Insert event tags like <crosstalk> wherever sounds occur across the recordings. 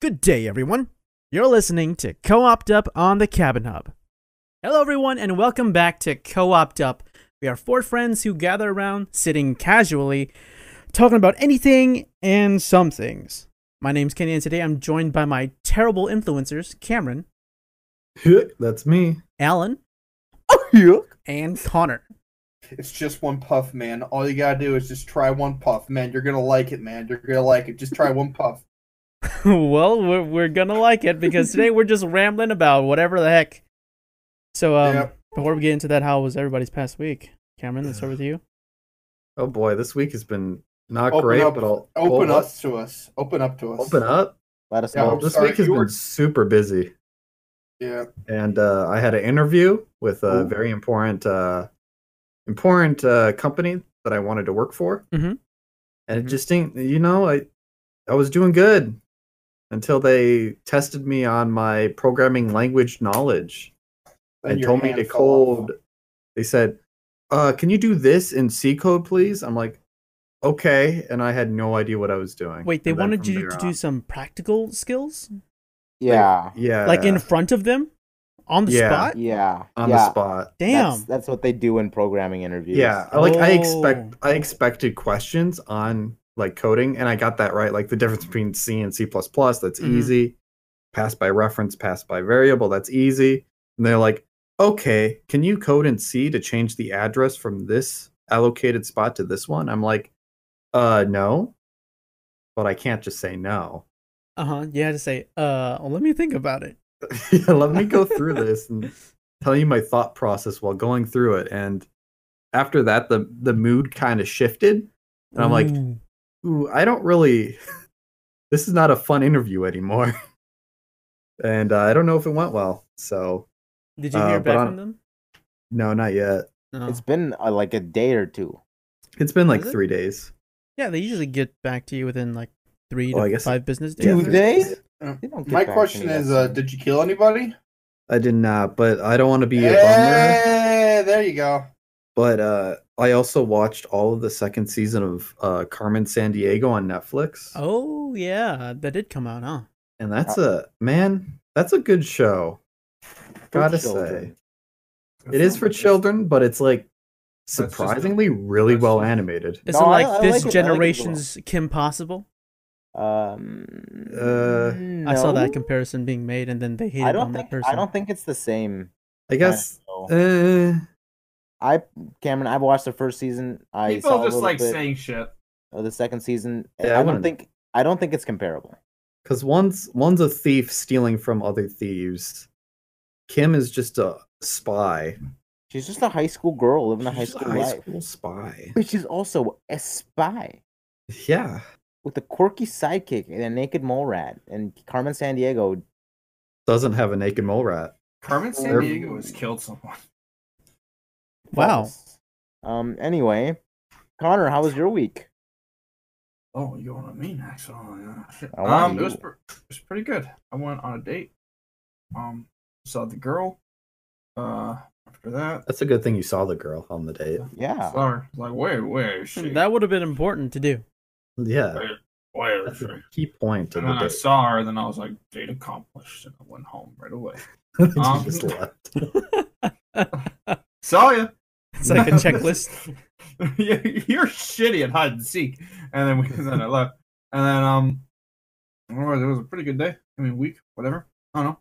Good day, everyone. You're listening to Co opt Up on the Cabin Hub. Hello, everyone, and welcome back to Co opt Up. We are four friends who gather around, sitting casually, talking about anything and some things. My name's Kenny, and today I'm joined by my terrible influencers, Cameron, That's me. Alan, and Connor. <laughs> It's just one puff, man. All you gotta do is just try one puff, man. You're gonna like it, man. You're gonna like it. Just try one puff. well, we're, we're gonna like it because today we're just rambling about whatever the heck. So, um, Yep. before we get into that, how was everybody's past week? Cameron, let's start with you. Oh boy, this week has been not Open great, up- but I'll Open well, up to us. Open up to us. Open up. Let us Yeah, know. I'm this sorry, week has you were- been super busy, Yeah. and uh, I had an interview with a Ooh. very important, uh, important uh, company that I wanted to work for, Mhm. and it Mhm. just didn't. You know, I I was doing good until they tested me on my programming language knowledge. Then and your told me hand to fell off. code. They said, uh, "Can you do this in C code, please?" I'm like, "Okay," and I had no idea what I was doing. Wait, they And then wanted from you there to on- do some practical skills? Yeah. yeah, like in front of them? On the Uh, Yeah. spot? Yeah. on yeah. the spot. Damn. That's, that's what they do in programming interviews. Yeah, I- like I expect Oh. I expected questions on like coding, and I got that right. Like the difference between C and C plus plus. That's Mhm. easy. Pass by reference, pass by variable. That's easy. And they're like, "Okay, can you code in C to change the address from this allocated spot to this one?" I'm like, "Uh, no." But I can't just say no. <laughs> Uh huh. You had to say, uh, well, let me think about it. Yeah, let me go through this and tell you my thought process while going through it. And after that, the the mood kind of shifted, and I'm like, Ooh. ooh, I don't really. <laughs> This is not a fun interview anymore. <laughs> and uh, I don't know if it went well. So, did you uh, hear but back on- from them? no, not yet. No. It's been uh, like a day or two. It's been like Is it? three days. Yeah, they usually get back to you within like three to Well, I guess- five business days. Yeah, Do there's- they? Yeah. They don't get My back to question me that is, uh, soon. did you kill anybody? I did not, but I don't want to be a Eh. bummer. Hey, there you go. But uh, I also watched all of the second season of uh, Carmen San Diego on Netflix, Oh, yeah. That did come out, huh? and that's a man. That's a good show. Gotta say, children. it is for children, but it's like just a- surprisingly really that's well just- animated. Is No, it I- like I like this it- I like it a lot. generation's Kim Possible? Um, Uh, I saw that no. comparison being made, and then they hated I on don't that think person. I don't think it's the same. I guess. Kind of Uh, show. I Cameron, I've watched the first season. I People saw a just little like bit saying shit. of the second season. Yeah, I I don't wouldn't- think I don't think it's comparable. because one's one's a thief stealing from other thieves. Kim is just a spy. She's just a high school girl living a high She's school high life, school spy. but she's also a spy. Yeah, with a quirky sidekick and a naked mole rat and Carmen San Diego. doesn't have a naked mole rat. Carmen San They're- Diego has killed someone. Wow. Um. Anyway, Connor, how was your week? Oh, you want me next? Oh, yeah. Shit. I want Um, it was, you. pre- it was pretty good. I went on a date. Um, saw the girl. Uh, after that, That's a good thing you saw the girl on the date. Yeah. sorry, like where, where is she? Hmm, That would have been important to do. Yeah, where, where is that's she? a key point of And the then I date. saw her, then I was like, date accomplished, and I went home right away. <laughs> <laughs> You Um, just left. Saw ya. <laughs> It's <laughs> like a checklist. You're- You're shitty at hide and seek. And then we then I left. And then um I don't know, it was a pretty good day. I mean week, whatever. I don't know.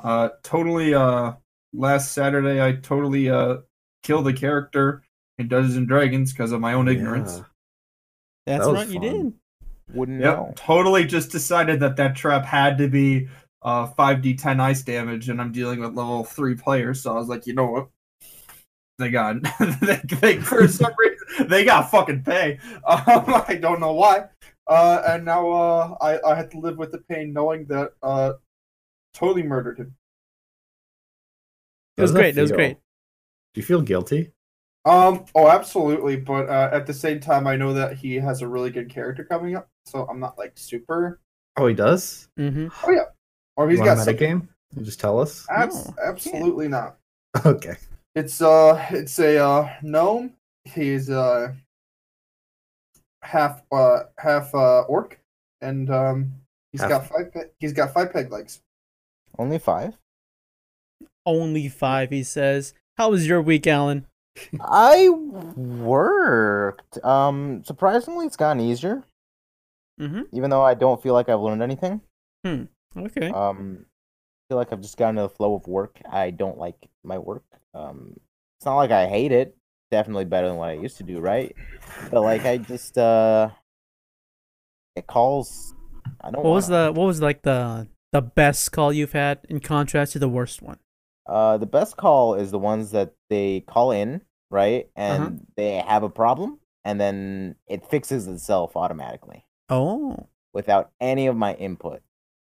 Uh totally uh last Saturday I totally uh killed a character in Dungeons and Dragons because of my own ignorance. Yeah. That's That was right, you fun. did. Wouldn't Yep. know. Totally just decided that that trap had to be uh 5d10 ice damage and I'm dealing with level 3 players so I was like, you know what? They got <laughs> they, they for <laughs> some reason they got fucking pay. <laughs> Um, I don't know why. Uh and now uh I I had to live with the pain knowing that uh totally murdered him. It was How does great, it was feel? great. Do you feel guilty? Um. Oh, absolutely. But uh, at the same time, I know that he has a really good character coming up, so I'm not like super. Oh, he does. Mm-hmm. Or You he's want got a something. metagame? You just tell us. <laughs> Abs- No, I absolutely not. Okay. It's uh, it's a uh, gnome. He's uh, half uh, half uh, orc, and um, He's Half. got five. Pe- he's got five peg legs. Only five. Only five, he says. How was your week, Alan? I worked. Um, surprisingly, it's gotten easier. Mhm. Even though I don't feel like I've learned anything. Okay. Oh, Um, I feel like I've just gotten into the flow of work. I don't like my work. Um, it's not like I hate it. Definitely better than what I used to do, right? But like, I just uh, it calls. I don't. What was the wanna- what was like the the best call you've had in contrast to the worst one? Uh, the best call is the ones that they call in, right? And Uh-huh. they have a problem, and then it fixes itself automatically Oh. without any of my input.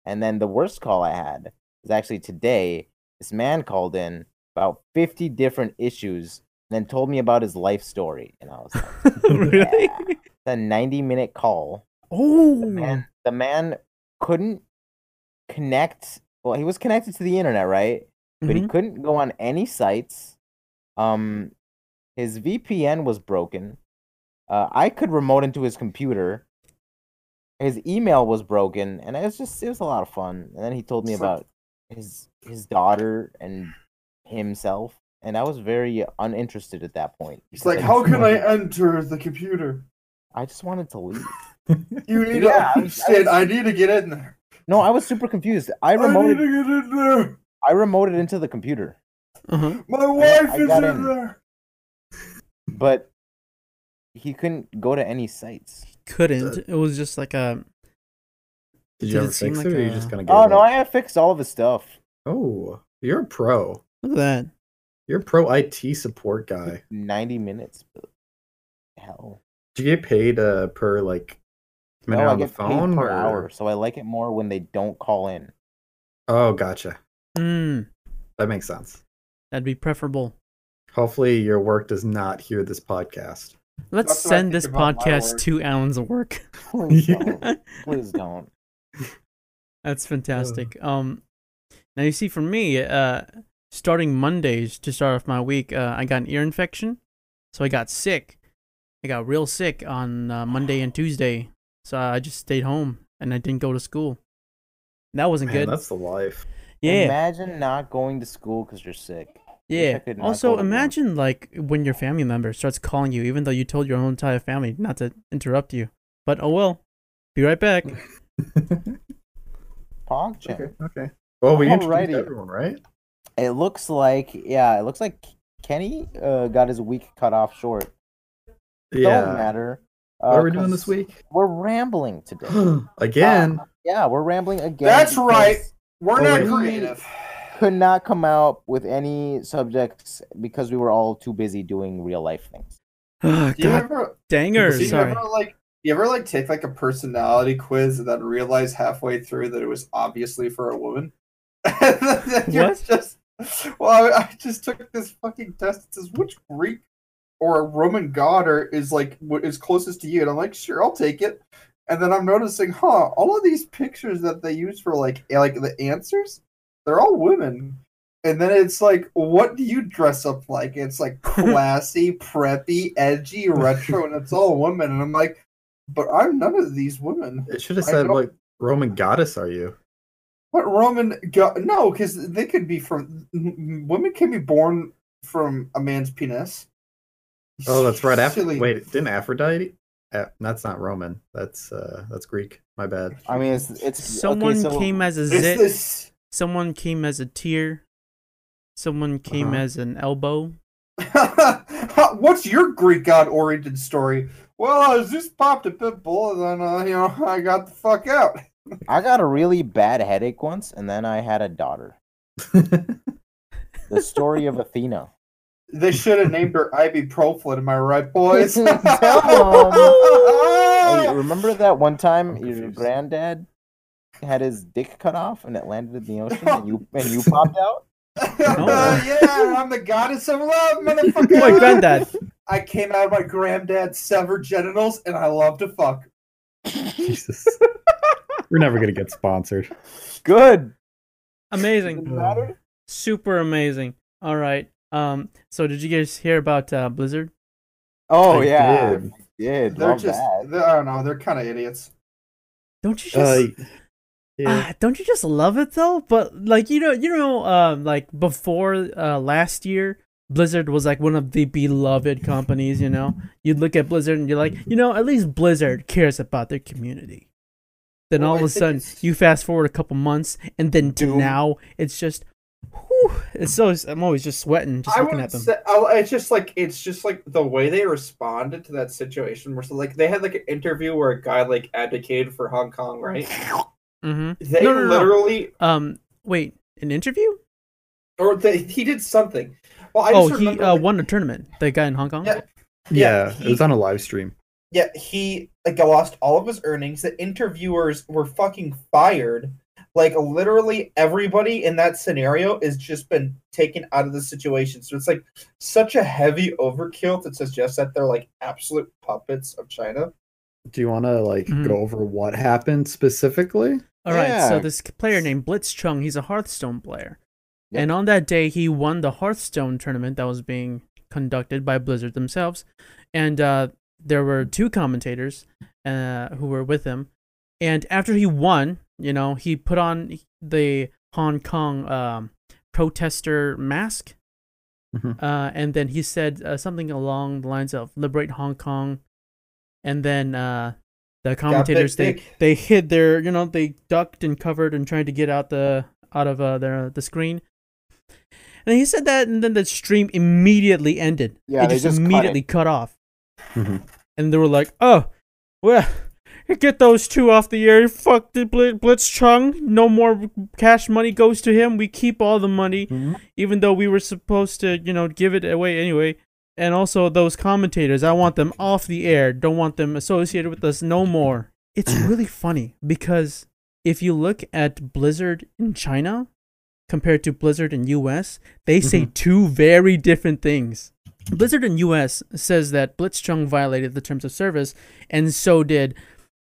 And then the worst call I had is actually today. This man called in about 50 different issues and then told me about his life story. And I was like, <laughs> really? it's a 90 minute call. Oh. Man, the man couldn't connect. Well, he was connected to the internet, right? but he Mhm. couldn't go on any sites. Um, his VPN was broken. Uh, I could remote into his computer. His email was broken, and it was just it was a lot of fun. And then he told me It's like- about his his daughter and himself, and I was very uninterested at that point. He's because like, just how can I wanted- enter the computer? I just wanted to leave. <laughs> You need Yeah, I to. was- I Shit, was- I need to get in there. No, I was super confused. <laughs> I need remoted. to get in there. I remoted into the computer. Uh-huh. My wife I is got in, in. there. but he couldn't go to any sites. Couldn't. It was just like a Did Did you ever it seem fix like it, or you a- just kind of? Oh no, I had fixed all of his stuff. Oh, you're a pro. look at that. You're a pro IT support guy. Ninety minutes. but Hell, Do you get paid uh, per like minute no, I on the get phone paid per or- hour, so I like it more when they don't call in. Oh, gotcha. Mm, That makes sense. that'd be preferable. Hopefully, your work does not hear this podcast. Let's That's what I send think this about my podcast work. to Alan's work. <laughs> Please don't. Please don't. That's fantastic. Um, now you see, for me, uh, starting Mondays to start off my week, uh, I got an ear infection, so I got sick. I got real sick on uh, Monday and Tuesday, so I just stayed home and I didn't go to school. That wasn't Man, good. that's the life. Yeah, Imagine not going to school because you're sick. Wish I yeah. could not go Also, to work. imagine like when your family member starts calling you, even though you told your whole entire family not to interrupt you. But oh well. Be right <laughs> back. Pogchamp. Okay. Okay. Well, we introduced Alrighty. everyone, right? It looks like yeah. It looks like Kenny uh, got his week cut off short. Don't Yeah. matter. What uh, are we doing 'cause this week? We're rambling <gasps> today. Again. Yeah, we're rambling again. That's right. because We're Oh, not wait. creative. Could not come out with any subjects because we were all too busy doing real life things. Ah, Do you God ever? danger. do you Sorry. ever like? You ever like take like a personality quiz and then realize halfway through that it was obviously for a woman? And then you're What? Just, well, I, I just took this fucking test. It says which Greek or Roman god or is like what is closest to you, and I'm like, sure, I'll take it. And then I'm noticing, huh? All of these pictures that they use for like a- like the answers, they're all women. And then it's like, what do you dress up like? It's like classy, preppy, edgy, retro, and it's all women. And I'm like, but I'm none of these women. It should have I said, don't- "What Roman goddess are you?" What Roman go? No, because they could be from women can be born from a man's penis. Oh, that's right. After Silly. wait, didn't Aphrodite? Uh, that's not Roman. That's uh, that's Greek. My bad. I mean, it's it's Someone okay, so came as a It's zit. this. <laughs> Someone came as a tear. Someone came Uh-huh. as an elbow. What's your Greek god-oriented story? Well, I was just popped a pit bull, and then uh, you know I got the fuck out. I got a really bad headache once, and then I had a daughter. The story of Athena. They should have named her ibuprofen. Am I right, <laughs> boys? <laughs> Hey, remember that one I'm time your confused. granddad had his dick cut off and it landed in <laughs> the ocean, and you and you popped out. <laughs> Oh. yeah, I'm the goddess of love, <laughs> motherfucker. My granddad. I came out of my granddad's severed genitals, and I love to fuck. <laughs> Jesus. We're never gonna get sponsored. Good. Amazing. matter? Super amazing. All right. Um. So did you guys hear about uh, Blizzard? Oh I yeah, did. did They're love just, that. they- I don't know, they're kind of idiots. Don't you Uh, just Ah, don't you just love it though? But like you know, you know, um, like before uh, last year, Blizzard was like one of the beloved companies. You know, you'd look at Blizzard and you're like, you know, at least Blizzard cares about their community. Then Well, all I of a think sudden, it's- you fast forward a couple months, and then to Doom. now, it's just, whew, it's so I'm always just sweating just I looking at would them. say I, it's just like it's just like the way they responded to that situation. Where so like they had like an interview where a guy like advocated for Hong Kong, right? hmm They No, no, no, no. literally, Um, wait, an interview? or they, he did something. Well, I Oh, just he remember, uh, like- won a tournament. The guy in Hong Kong. Yeah. Yeah, he- it was on a live stream. Yeah, he like lost all of his earnings. The interviewers were fucking fired. Like literally everybody in that scenario has just been taken out of the situation. So it's like such a heavy overkill that suggests that they're like absolute puppets of China. Do you want to like Mhm. go over what happened specifically? All right, so Yeah. this c- player named Blitz Chung, he's a Hearthstone player. Yep. And on that day, he won the Hearthstone tournament that was being conducted by Blizzard themselves. And uh, there were two commentators uh, who were with him. And after he won, you know, he put on the Hong Kong um, protester mask. Mhm. Uh, and then he said uh, something along the lines of liberate Hong Kong. And then uh, the commentators, they, dick. they hid their you know they ducked and covered and tried to get out the out of uh, their the screen and he said that and then the stream immediately ended Yeah, it they just, just cut it. Mm-hmm. immediately cut, off Mhm. and they were like oh well get those two off the air fuck the Bl- blitz chung no more cash money goes to him we keep all the money Mm-hmm. even though we were supposed to, you know, give it away anyway. And also those commentators, I want them off the air. Don't want them associated with us no more. It's really funny because if you look at Blizzard in China compared to Blizzard in US, they say two very different things. Blizzard in US says that Blitzchung violated the terms of service and so did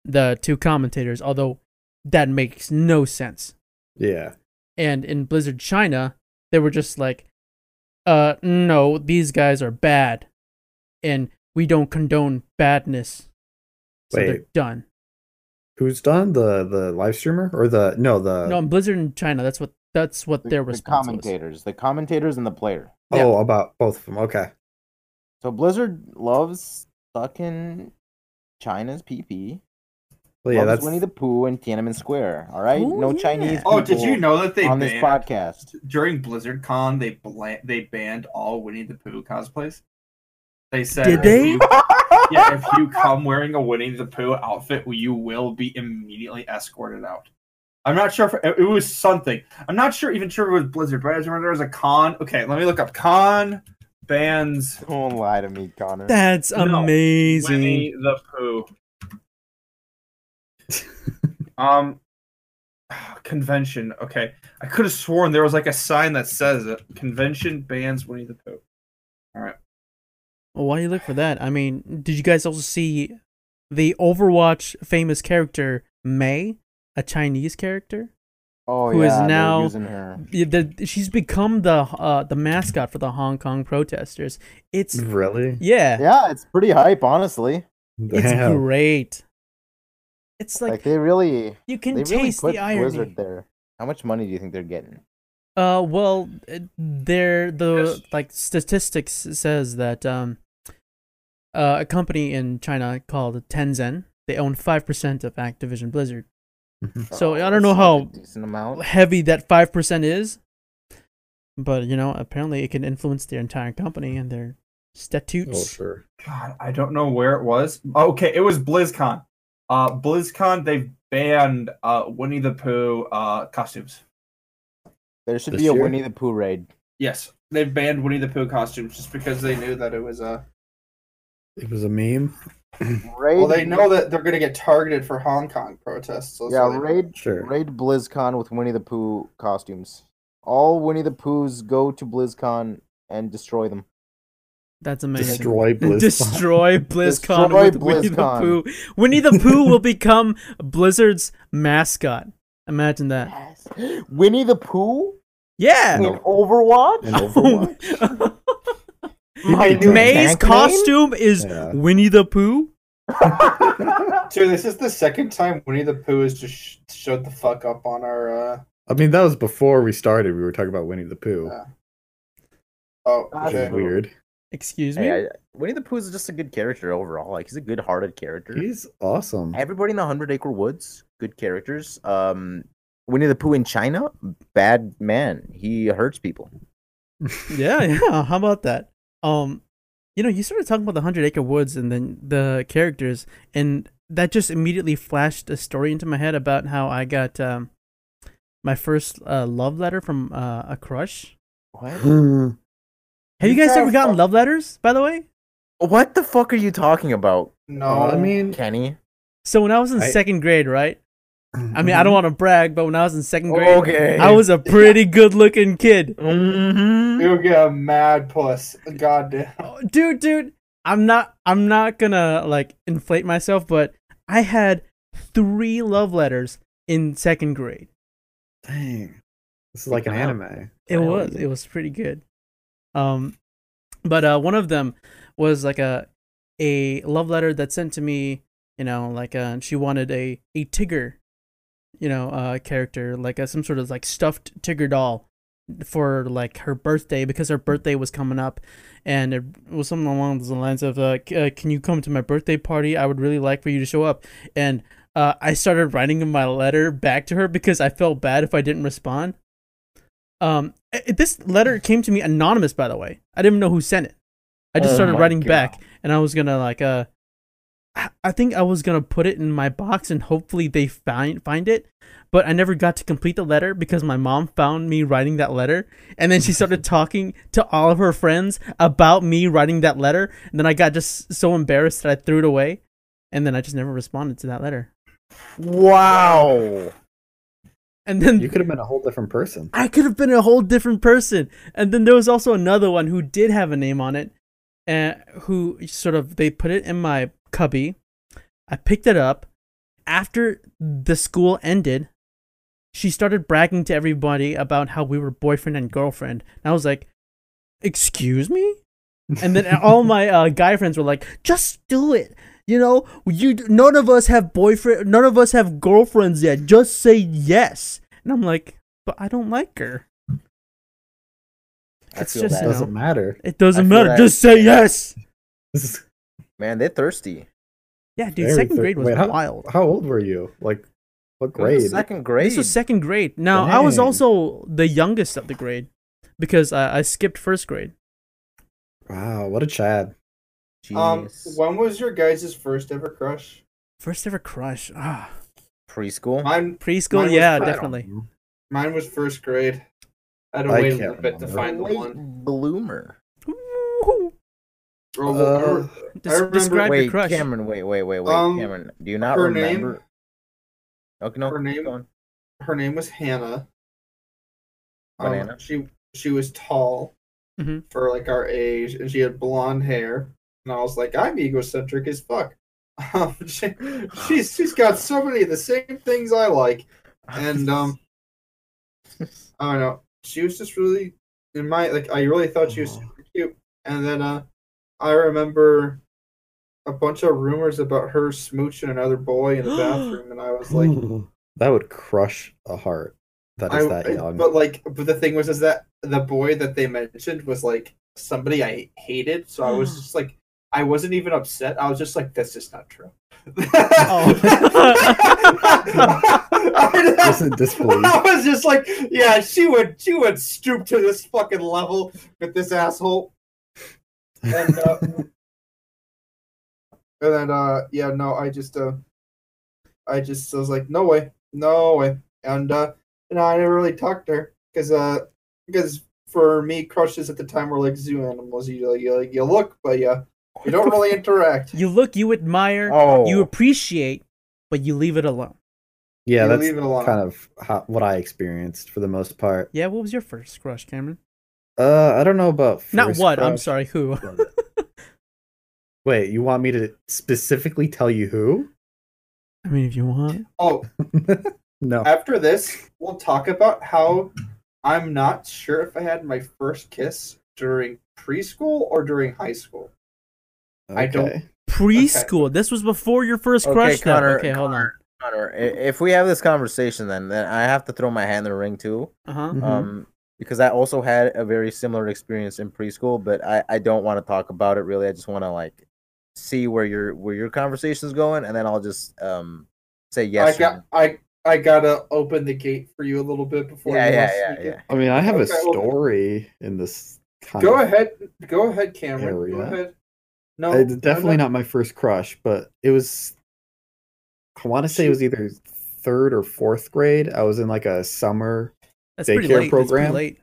the two commentators, although that makes no sense Yeah. and in Blizzard China, they were just like, uh, no, these guys are bad, and we don't condone badness. So they're Wait. done. Who's done the the live streamer or the no the no, in Blizzard in China, that's what that's what The, their the response was. commentators, the commentators, and the player. yeah. oh about both of them? Okay. So Blizzard loves fucking China's PP. Well, yeah, loves that's Winnie the Pooh and Tiananmen Square. All right, Oh, no yeah. Chinese. Oh, did you people know that they on banned, this podcast? <laughs> during Blizzard Con they bla- they banned all Winnie the Pooh cosplays? They said Did if they? you- yeah, if you come wearing a Winnie the Pooh outfit, you will be immediately escorted out. I'm not sure if it it was something. I'm not sure even sure if it was Blizzard, but I just remember there was a con. Okay, let me look up con bans Don't lie to me, Connor. That's No, amazing. Winnie the Pooh. um, convention. Okay, I could have sworn there was like a sign that says it. Convention bans Winnie the Pooh. Well, why do you look for that? I mean, did you guys also see the Overwatch famous character May, a Chinese character? oh who yeah, is they're now- using her. Yeah, The, she's become the uh, the mascot for the Hong Kong protesters. Mm. It's really yeah. Yeah, it's pretty hype, honestly. It's Damn. great. It's Like, like, they really, you can they really taste put the irony. Blizzard there. How much money do you think they're getting? Uh, well, uh, there the Yes. like statistics says that um, uh, a company in China called Tencent they own five percent of Activision Blizzard. So, I don't know that's how- a <laughs> decent amount. Heavy that five percent is, but you know apparently it can influence their entire company and their Oh statutes. sure. God, I don't know where it was. Okay, it was BlizzCon. Uh, BlizzCon, they've banned uh, Winnie the Pooh uh, costumes. There should This be a year? Winnie the Pooh <laughs> raid. Yes, they've banned Winnie the Pooh costumes just because they knew that it was a. It was a meme. Raid. Well, they know that they're gonna get targeted for Hong Kong protests. So that's Yeah, why they- raid Sure. raid BlizzCon with Winnie the Pooh costumes. All Winnie the Poohs go to BlizzCon and destroy them. That's amazing. <laughs> Destroy <laughs> Blizzard. Destroy BlizzCon Destroy with Winnie the BlizzCon. Pooh. Winnie the Pooh will become Blizzard's mascot. Imagine that. Yes. <gasps> Winnie the Pooh Yeah. in No. Overwatch. And Overwatch. My <laughs> new May's tank name? costume is Yeah. <laughs> <laughs> Winnie the Pooh. Dude, this is the second time Winnie the Pooh has just sh- showed the fuck up on our. uh I mean, that was before we started. We were talking about Winnie the Pooh, Yeah. Oh, Ah, which is shit. okay. weird. Excuse me. Hey, I, Winnie the Pooh is just a good character overall. Like he's a good-hearted character. He's awesome. <gasps> Everybody in the Hundred Acre Woods, good characters. Um, Winnie the Pooh in China, bad man. He hurts people. yeah, yeah. How about that? Um, you know, you started talking about the Hundred Acre Woods and then the characters, and that just immediately flashed a story into my head about how I got um, my first uh, love letter from uh, a crush. What? Have Have you You guys got ever a gotten fu- love letters, by the way? <gasps> What the fuck are you talking about, no. I mean, Kenny? So when I was in I- Mm-hmm. second grade, right? I mean, I don't want to brag, but when I was in second grade, Okay. I was a pretty good-looking kid. Hmm? Mhm. you get a mad puss. God damn. Oh, dude dude i'm not i'm not gonna like inflate myself but i had three love letters in second grade Dang, this is like an Wow. anime. it Wow. was it was pretty good um but uh one of them was like a a love letter that sent to me you know like uh she wanted a a tigger you know uh character like a, some sort of like stuffed tigger doll for like her birthday because her birthday was coming up and it was something along the lines of uh, c- uh can you come to my birthday party i would really like for you to show up and uh, I started writing my letter back to her because I felt bad if I didn't respond. Um, i- i- this letter came to me anonymous, by the way. I didn't know who sent it. I just Oh started my writing God. back, and I was gonna like uh, I- I think I was gonna put it in my box and hopefully they find find it, but I never got to complete the letter because my mom found me writing that letter, and then she started talking to all of her friends about me writing that letter, and then I got just so embarrassed that I threw it away, and then I just never responded to that letter. Wow. And then You could have been a whole different person. I could have been a whole different person. And then there was also another one who did have a name on it, and who sort of they put it in my cubby. I picked it up after the school ended. She started bragging to everybody about how we were boyfriend and girlfriend. And I was like, "Excuse me?" And then all my uh, guy friends were like, "Just do it." You know, you none of us have boyfriend, none of us have girlfriends yet. Just say yes. And I'm like, but I don't like her. I It's feel just that. you know, Doesn't matter. it doesn't I feel matter. that- Just say yes. Man, they're thirsty. Yeah, dude. Very second fair- grade was Wait, how- wild. How old were you? Like, what Go to grade? Second grade. This was second grade. Now I was Dang. also the youngest of the grade because I, I skipped first grade. Wow, what a Chad. Um, Jeez. when was your guys' first ever crush? First ever crush. Ah, preschool. Mine, Mine preschool. was Yeah, fat on definitely. mine was first grade. I had to I wait a can't little bit to remember. find the Late one. bloomer. Ooh, Or- Uh, or- des- remember- describe wait, your crush. Cameron. Wait, wait, wait, wait, Um, Cameron. Do you not her remember? name? Okay, no. Her keep name? going. her name was Hannah. Um, Banana. she she was tall Mhm. for like our age, and she had blonde hair. And I was like, I'm egocentric as fuck. <laughs> Um, she, she's she's got so many of the same things I like, and um, I don't know. She was just really in my like. I really thought she was Aw. super cute. And then uh, I remember a bunch of rumors about her smooching another boy in the bathroom, and I was like, <laughs> that would crush a heart that is I- that I- young. <laughs> But like, but the thing was, is that the boy that they mentioned was like somebody I hated, so I was just like, I wasn't even upset. I was just like, that's just not true. Oh. <laughs> I, Just in <laughs> disbelief. I was just like, yeah, she would, she would stoop to this fucking level with this asshole. And uh, <laughs> and then uh, yeah, no, I just uh, I just I was like, no way, no way, and uh, no, I never really talked to her because uh, because for me, crushes at the time were like zoo animals. You like, you like you look, but yeah, <laughs> you don't really interact. You look, you admire, Oh, you appreciate, but you leave it alone. yeah, you that's leave it alone. kind of how, what I experienced for the most part. Yeah, what was your first crush, Cameron? Uh, I don't know about Not first what? I'm crush, sorry. Who? but- Wait, you want me to specifically tell you who? I mean, if you want. Oh, No. after this, we'll talk about how I'm not sure if I had my first kiss during preschool or during high school. I don't- Okay. <laughs> preschool. This was before your first crush. though. okay, hold on. Connor, i- if we have this conversation, then then I have to throw my hand in the ring too, on. Uh huh. Mhm. um, because I also had a very similar experience in preschool, but I I don't want to talk about it really. I just want to like see where your where your conversation is going, and then I'll just um say yes. I or got no. I I gotta open the gate for you a little bit before. yeah, you yeah, all yeah, sneak in. yeah. I mean, I have a Okay, well- story in this. Kind Go of- ahead, go ahead, Cameron. There we Go go. ahead. No, It's definitely no, not my first crush, but it was. I want to say it was either third or fourth grade. I was in like a summer. That's pretty Daycare late. That's pretty program? late.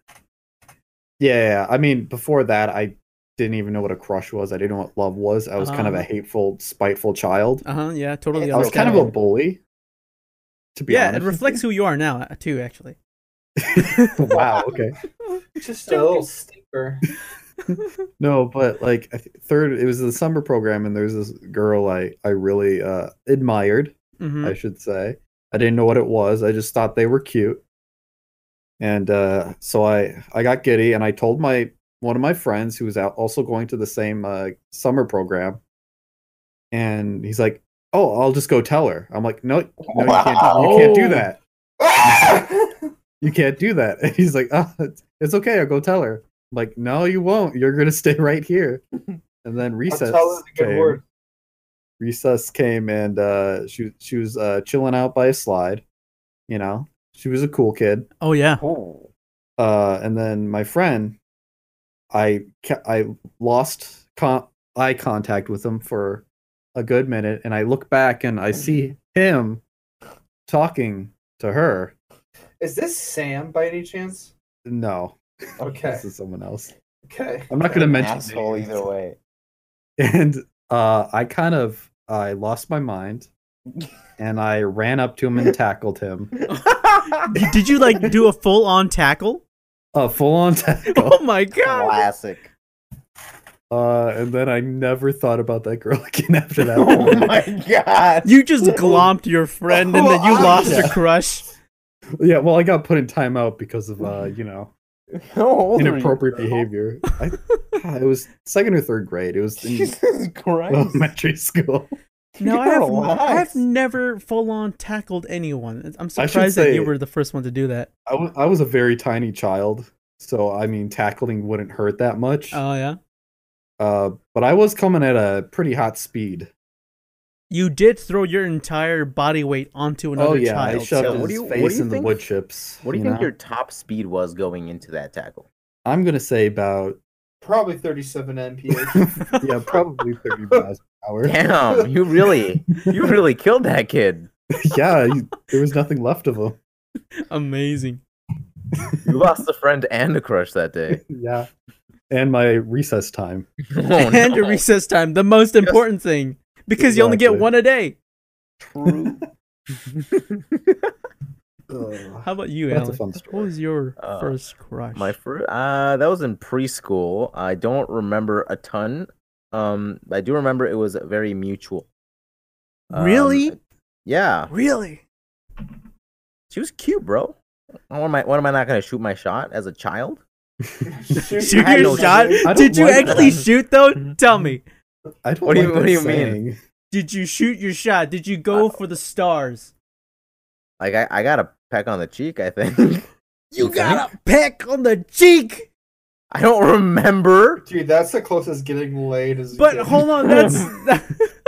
Yeah, I mean, before that, I didn't even know what a crush was. I didn't know what love was. I was kind of a Uh-huh. hateful, spiteful child. Uh huh. Yeah, totally. Yeah, I was kind of a bully. To be yeah, honest, it reflects who you are now uh, too. Actually, <laughs> wow. Okay. Just a little stinker. No, but like I th- third, it was the summer program, and there's this girl I I really uh admired. hmm I should say. I didn't know what it was. I just thought they were cute. And uh, so I I got giddy and I told my one of my friends who was out also going to the same uh, summer program. And he's like, "Oh, I'll just go tell her." I'm like, "No, no you, can't, you can't do Wow. that. You can't do that." <laughs> And he's like, oh, it's, "It's okay. I'll go tell her." I'm like, "No, you won't. You're gonna stay <laughs> right here." And then <laughs> I'll recess. tell her the good came word. recess came and uh she she was uh chilling out by a slide you know she was a cool kid Oh <laughs> yeah. Oh, uh and then my friend i ca- i lost con- eye contact with him for a good minute and i look back and i <laughs> see him talking to her Is this Sam by any chance? no Okay, this is someone else okay. i'm not gonna an mention asshole names. either <laughs> way. <laughs> and uh i kind of i lost my <laughs> mind and i ran up to him and tackled him D- Did you like do a full on tackle? a full-on tackle <laughs> Oh my god. Classic. Uh, and then I never thought about that girl <laughs> again after that. <laughs> oh moment. my <laughs> god. You just glomped your friend and then you Oh, lost your yeah. <laughs> crush. Yeah, well, I got put in timeout because of uh, you <laughs> know, How old are you, inappropriate bro? behavior. I, it was second or third grade. It was in <laughs> <laughs> Jesus Christ. elementary <laughs> school. No, I You're have, alive. I have never full on tackled anyone. I'm should surprised that say- you were the first one to do that. I wa- I was a very tiny child, so I mean, tackling wouldn't hurt that much. Oh yeah. Uh, but I was coming at a pretty hot speed. You did throw your entire body weight onto another oh yeah, child. I shoved Yeah, his what do you- what do face you in the think- wood chips. What do you, think know? your top speed was going into that tackle? I'm gonna say about Probably 37 <laughs> MPH. yeah, <laughs> probably thirty miles an hour. Damn, you <laughs> really, you really killed that kid. <laughs> yeah, you, there was nothing left of him. <laughs> Amazing. <laughs> You lost a friend and a crush that day. yeah. And my recess time. <laughs> Oh, and no. your recess time, the most important thing, because you only get Exactly. one a day. True. How about you, That's a Alan? fun What story. was your Uh, first crush? My first, uh, that was in preschool. I don't remember a ton. Um, but I do remember it was very mutual. Um, really, Yeah, really. she was cute, bro. What am I? What am I not gonna shoot my shot as a child? Shoot I had your no shot. I don't Did you like actually that. shoot though? Tell me. I don't What do you- like what that do you mean? saying. mean? Did you shoot your shot? Did you go for the stars? Like I, I got a peck on the cheek. I <laughs> think. You got a peck on the cheek. I don't remember. Dude, that's the closest getting laid is. But <laughs> hold on, <laughs> that's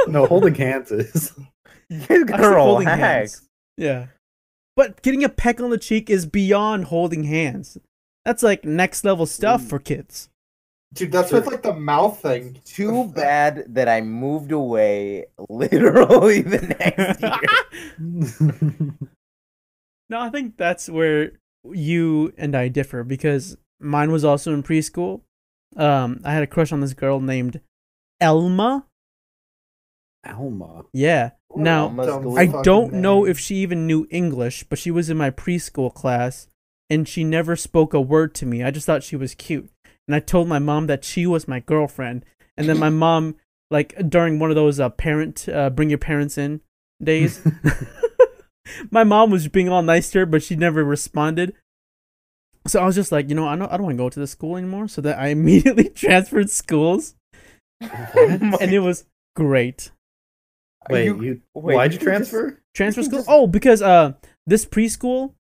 No, holding hands is. You <laughs> guys I gotta said holding relax. hands. Yeah. But getting a peck on the cheek is beyond holding hands. That's like next level stuff for kids. <laughs> dude, that's with like the mouth thing. Too bad that I moved away <laughs> literally the <laughs> next year. No, I think that's where you and I differ because mine was also in preschool. Um, I had a crush on this girl named Elma. <laughs> Alma. Yeah. Now, Elma's Dumb delicious. I fucking don't know name. if she even knew English, but she was in my preschool class and she never spoke a word to me. I just thought she was cute. And I told my mom that she was my girlfriend. And then my mom, like during one of those uh, parent, uh, bring your parents in days, my mom was being all nice to her, but she never responded. So I was just like, you know, I don't, I don't want to go to <laughs> this school anymore. So that I immediately transferred schools Oh my and it was Great. Wait, you, you- wait, why'd you you can just- transfer? Transfer You can school? just- Oh, because uh this preschool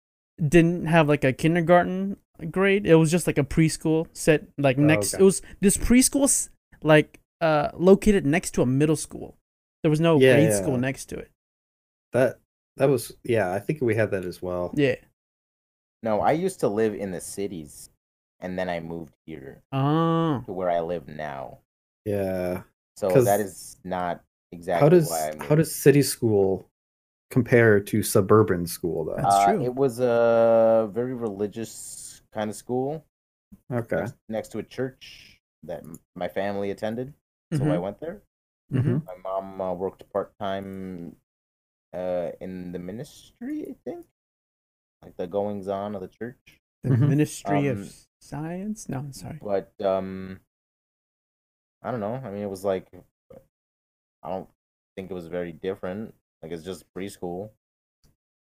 didn't have like a kindergarten grade. It was just like a preschool set like Oh, next okay. it was this preschool s- like uh located next to a middle school. There was no Yeah, grade yeah. school next to it. That that was yeah. I think we had that as well. Yeah. No, I used to live in the cities, and then I moved here Oh. to where I live now. Yeah. So 'Cause that is not exactly How does why I moved. how does city school compare to suburban school though? That's Uh, true. It was a very religious kind of school okay. next, next to a church that m- my family attended, so I Mm-hmm. Mhm. went there. Mhm. My mom uh, worked part time uh, in the ministry, I think, like the goings on of the church. The Mhm. Ministry of Um, Science? No, I'm sorry. But um, I don't know. I mean, it was like I don't think it was very different. Like it's just preschool.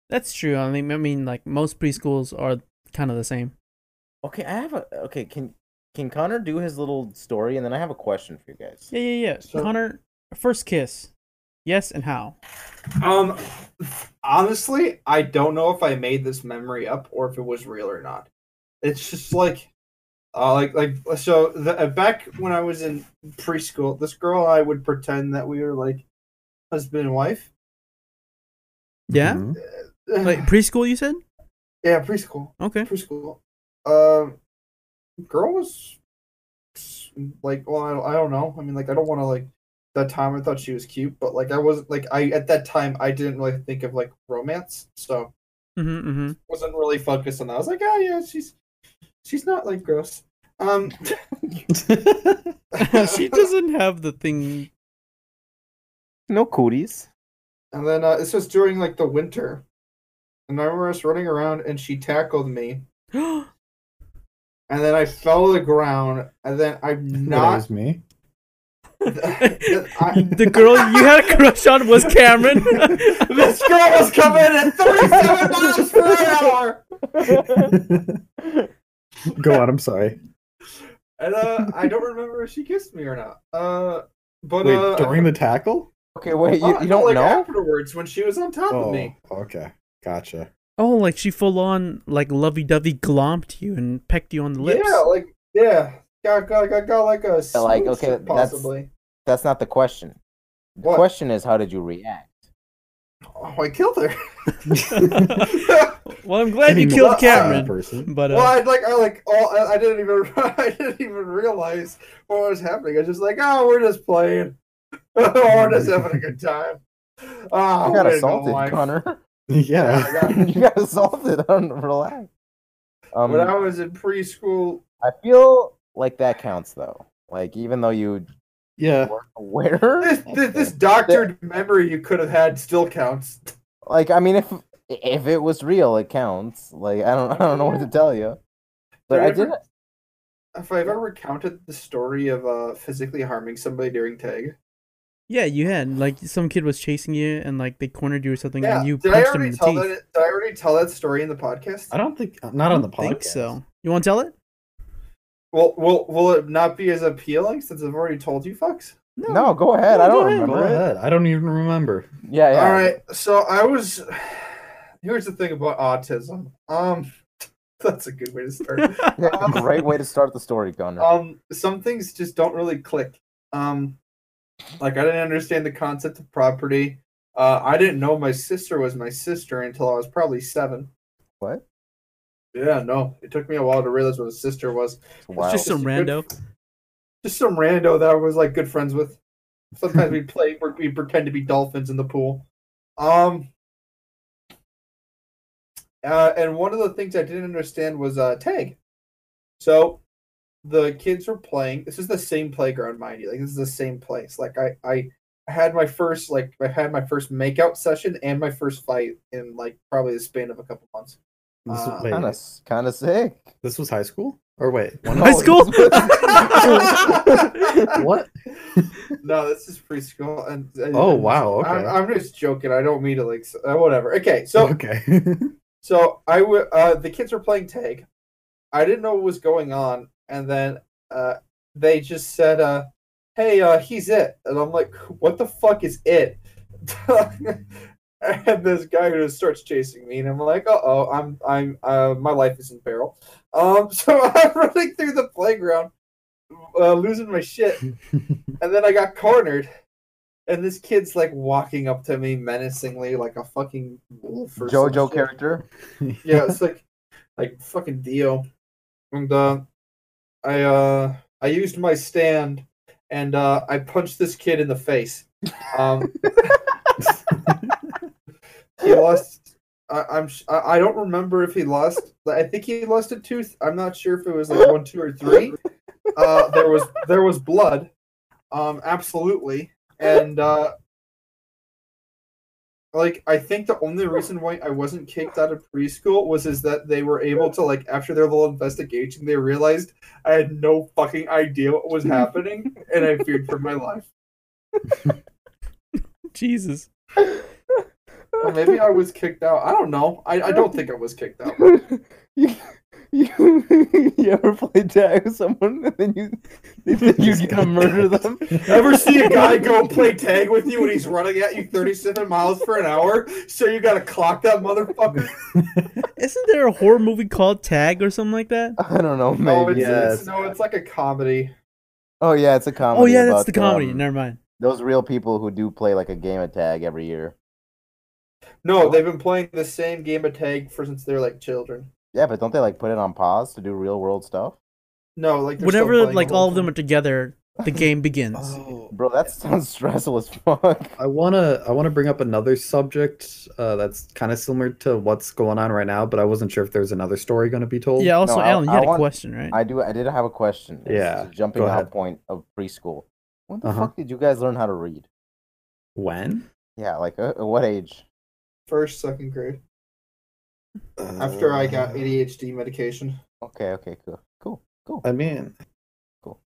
That's true. I mean, I mean like most preschools are kind of the same. Okay, I have a okay. Can can Connor do his little story, and then I have a question for you guys. Yeah, yeah, yeah. So- Connor, first kiss. Yes and how? Um, honestly, I don't know if I made this memory up or if it was real or not. It's just like, uh, like, like so. The, uh, back when I was in preschool, this girl and I would pretend that we were like husband and wife. Yeah? Mhm. Like preschool you said? <laughs> yeah, preschool, Okay. preschool. Um, girl was like, well, I don't, I don't know. I mean, like, I don't want to like. That time I thought she was cute, but like I wasn't like I at that time I didn't really think of like romance, so Mhm, mhm. wasn't really focused on that. I was like, oh yeah, she's she's not like gross. Um, Mm-hmm. <laughs> she doesn't have the <gasps> thing. No <laughs> cooties. and then uh, this was during like the winter, and I remember us running around, and she tackled me, oh and then I fell to the ground, and then I'm Well, that not was <laughs> me. <laughs> I- the girl you had a crush on was Cameron. <laughs> this girl was coming at 37 miles per hour, Go on. I'm sorry. and uh, I don't remember if she kissed me or not. Uh, but Wait, uh, during the tackle? Okay, wait. Oh, You, you don't like, know? afterwards when she was on top of Oh, me. okay. Gotcha. oh, like she full on like lovey dovey glomped you and pecked you on Oh. the lips. Yeah, like yeah, got got got, got like a like, smooch okay, that's- possibly. That's not the question. The What? question is, how did you react? Oh, I killed her. <laughs> well, I'm glad you Any killed more- Cameron, person. <laughs> but uh, well, I like I like all I, I didn't even <laughs> I didn't even realize what was happening. I was just like, oh, we're just playing. <laughs> oh, we're <laughs> just having a good time. Oh, I got way to go, assaulted, wife. <laughs> <laughs> Connor. I Yeah. got- you got assaulted. <laughs> I don't relax. Um, when I was in preschool, I feel like that counts though. Like even though you Yeah. weren't aware, this this, this doctored memory you could have had still counts. like I mean, if if it was real, it counts. Like I don't, I don't know what to tell you. But I Whatever. didn't. If I've ever recounted the story of uh, physically harming somebody during tag, yeah, you had like some kid was chasing you and like they cornered you or something, yeah, and you did I punched him in already the tell teeth. that? Did I already tell that story in the podcast? I don't think uh, not on the I podcast. think so. You want to tell it? Well, will will it not be as appealing since I've already told you, fucks? No, go ahead. I No, go don't ahead. Go remember. it. ahead. I don't even remember. Yeah, yeah. All right. So I was. <sighs> Here's the thing about autism. Um, <laughs> that's a good way to start. Yeah, Great way to start the story, Connor. um, some things just don't really click. Um, like I didn't understand the concept of property. Uh, I didn't know my sister was my sister until I was probably seven. What? Yeah, no, it took me a while to realize what a sister was. It's wild. just some a rando. Good, just some rando that I was like good friends with. Sometimes we play, we we pretend to be dolphins in the pool. Um. Uh, and one of the things I didn't understand was uh, tag. So, the kids were playing. This is the same playground, mind you. Like this is the same place. Like I, I had my first like I had my first makeout session and my first fight in like probably the span of a couple months. This, Uh, wait, kind of kind of sick. this was high school? Or wait. <laughs> one- High school? <laughs> <laughs> what? No, this is preschool. And, and- Oh, wow, okay. I'm, I'm just joking. I don't mean to like s- uh, whatever. Okay, so <laughs> okay. so I w- uh, the kids were playing tag. I didn't know what was going on, and then uh, they just said, uh, hey, uh, he's it. And I'm like, what the fuck is it? <laughs> and this guy just starts chasing me, and I'm like, uh oh, I'm, I'm, uh, my life is in peril. Um, <laughs> so I'm running through the playground, uh, losing my shit, and then I got cornered. And this kid's like walking up to me menacingly, like a fucking wolf or some JoJo shit character. <laughs> yeah, it's like like fucking Dio. And uh, I uh, I used my stand and uh, I punched this kid in the face. Um, <laughs> he lost. I, I'm sh- I I don't remember if he lost. I think he lost a tooth. I'm not sure if it was like one, two, or three. Uh, there was there was blood, um, absolutely, and uh, like I think the only reason why I wasn't kicked out of preschool was is that they were able to like after their little investigation they realized I had no fucking idea <laughs> what was happening and I feared for my life. Jesus. Or maybe I was kicked out. I don't know. I, I don't think I was <laughs> kicked out. <laughs> you, you, you ever play tag with someone and then you they think you're gonna murder them? Ever see a guy go play tag with you and he's running at you 37 miles for an hour? So you gotta clock that <laughs> motherfucker. Isn't there a horror movie called Tag or something like that? I don't know, maybe. No, Oh, it's, yes. it's no, it's like a comedy. Oh yeah, it's a comedy. oh yeah, that's about, the comedy. um, Never mind. those real people who do play like a game of tag every year. No, they've been playing the same game of tag for since they were like children. Yeah, but don't they like put it on pause to do real world stuff? No, like they're still Whenever playing like the all whole of them time. are together, <laughs> the game begins. <laughs> Oh, Bro, that sounds <laughs> stressful as fuck. I wanna I wanna bring up another subject uh, that's kind of similar to what's going on right now, but I wasn't sure if there's another story going to be told. yeah. Also, Oh, No, I- Alan, you I had a want- question, right? I do. I did have a question. It's Yeah, a jumping go off ahead. point of preschool. When the Uh-huh. fuck did you guys learn how to read? When? Yeah, like uh, at what age? first, second grade. After I Oh. got Uh, ADHD medication. Okay, okay, cool, cool, cool. I mean, Cool.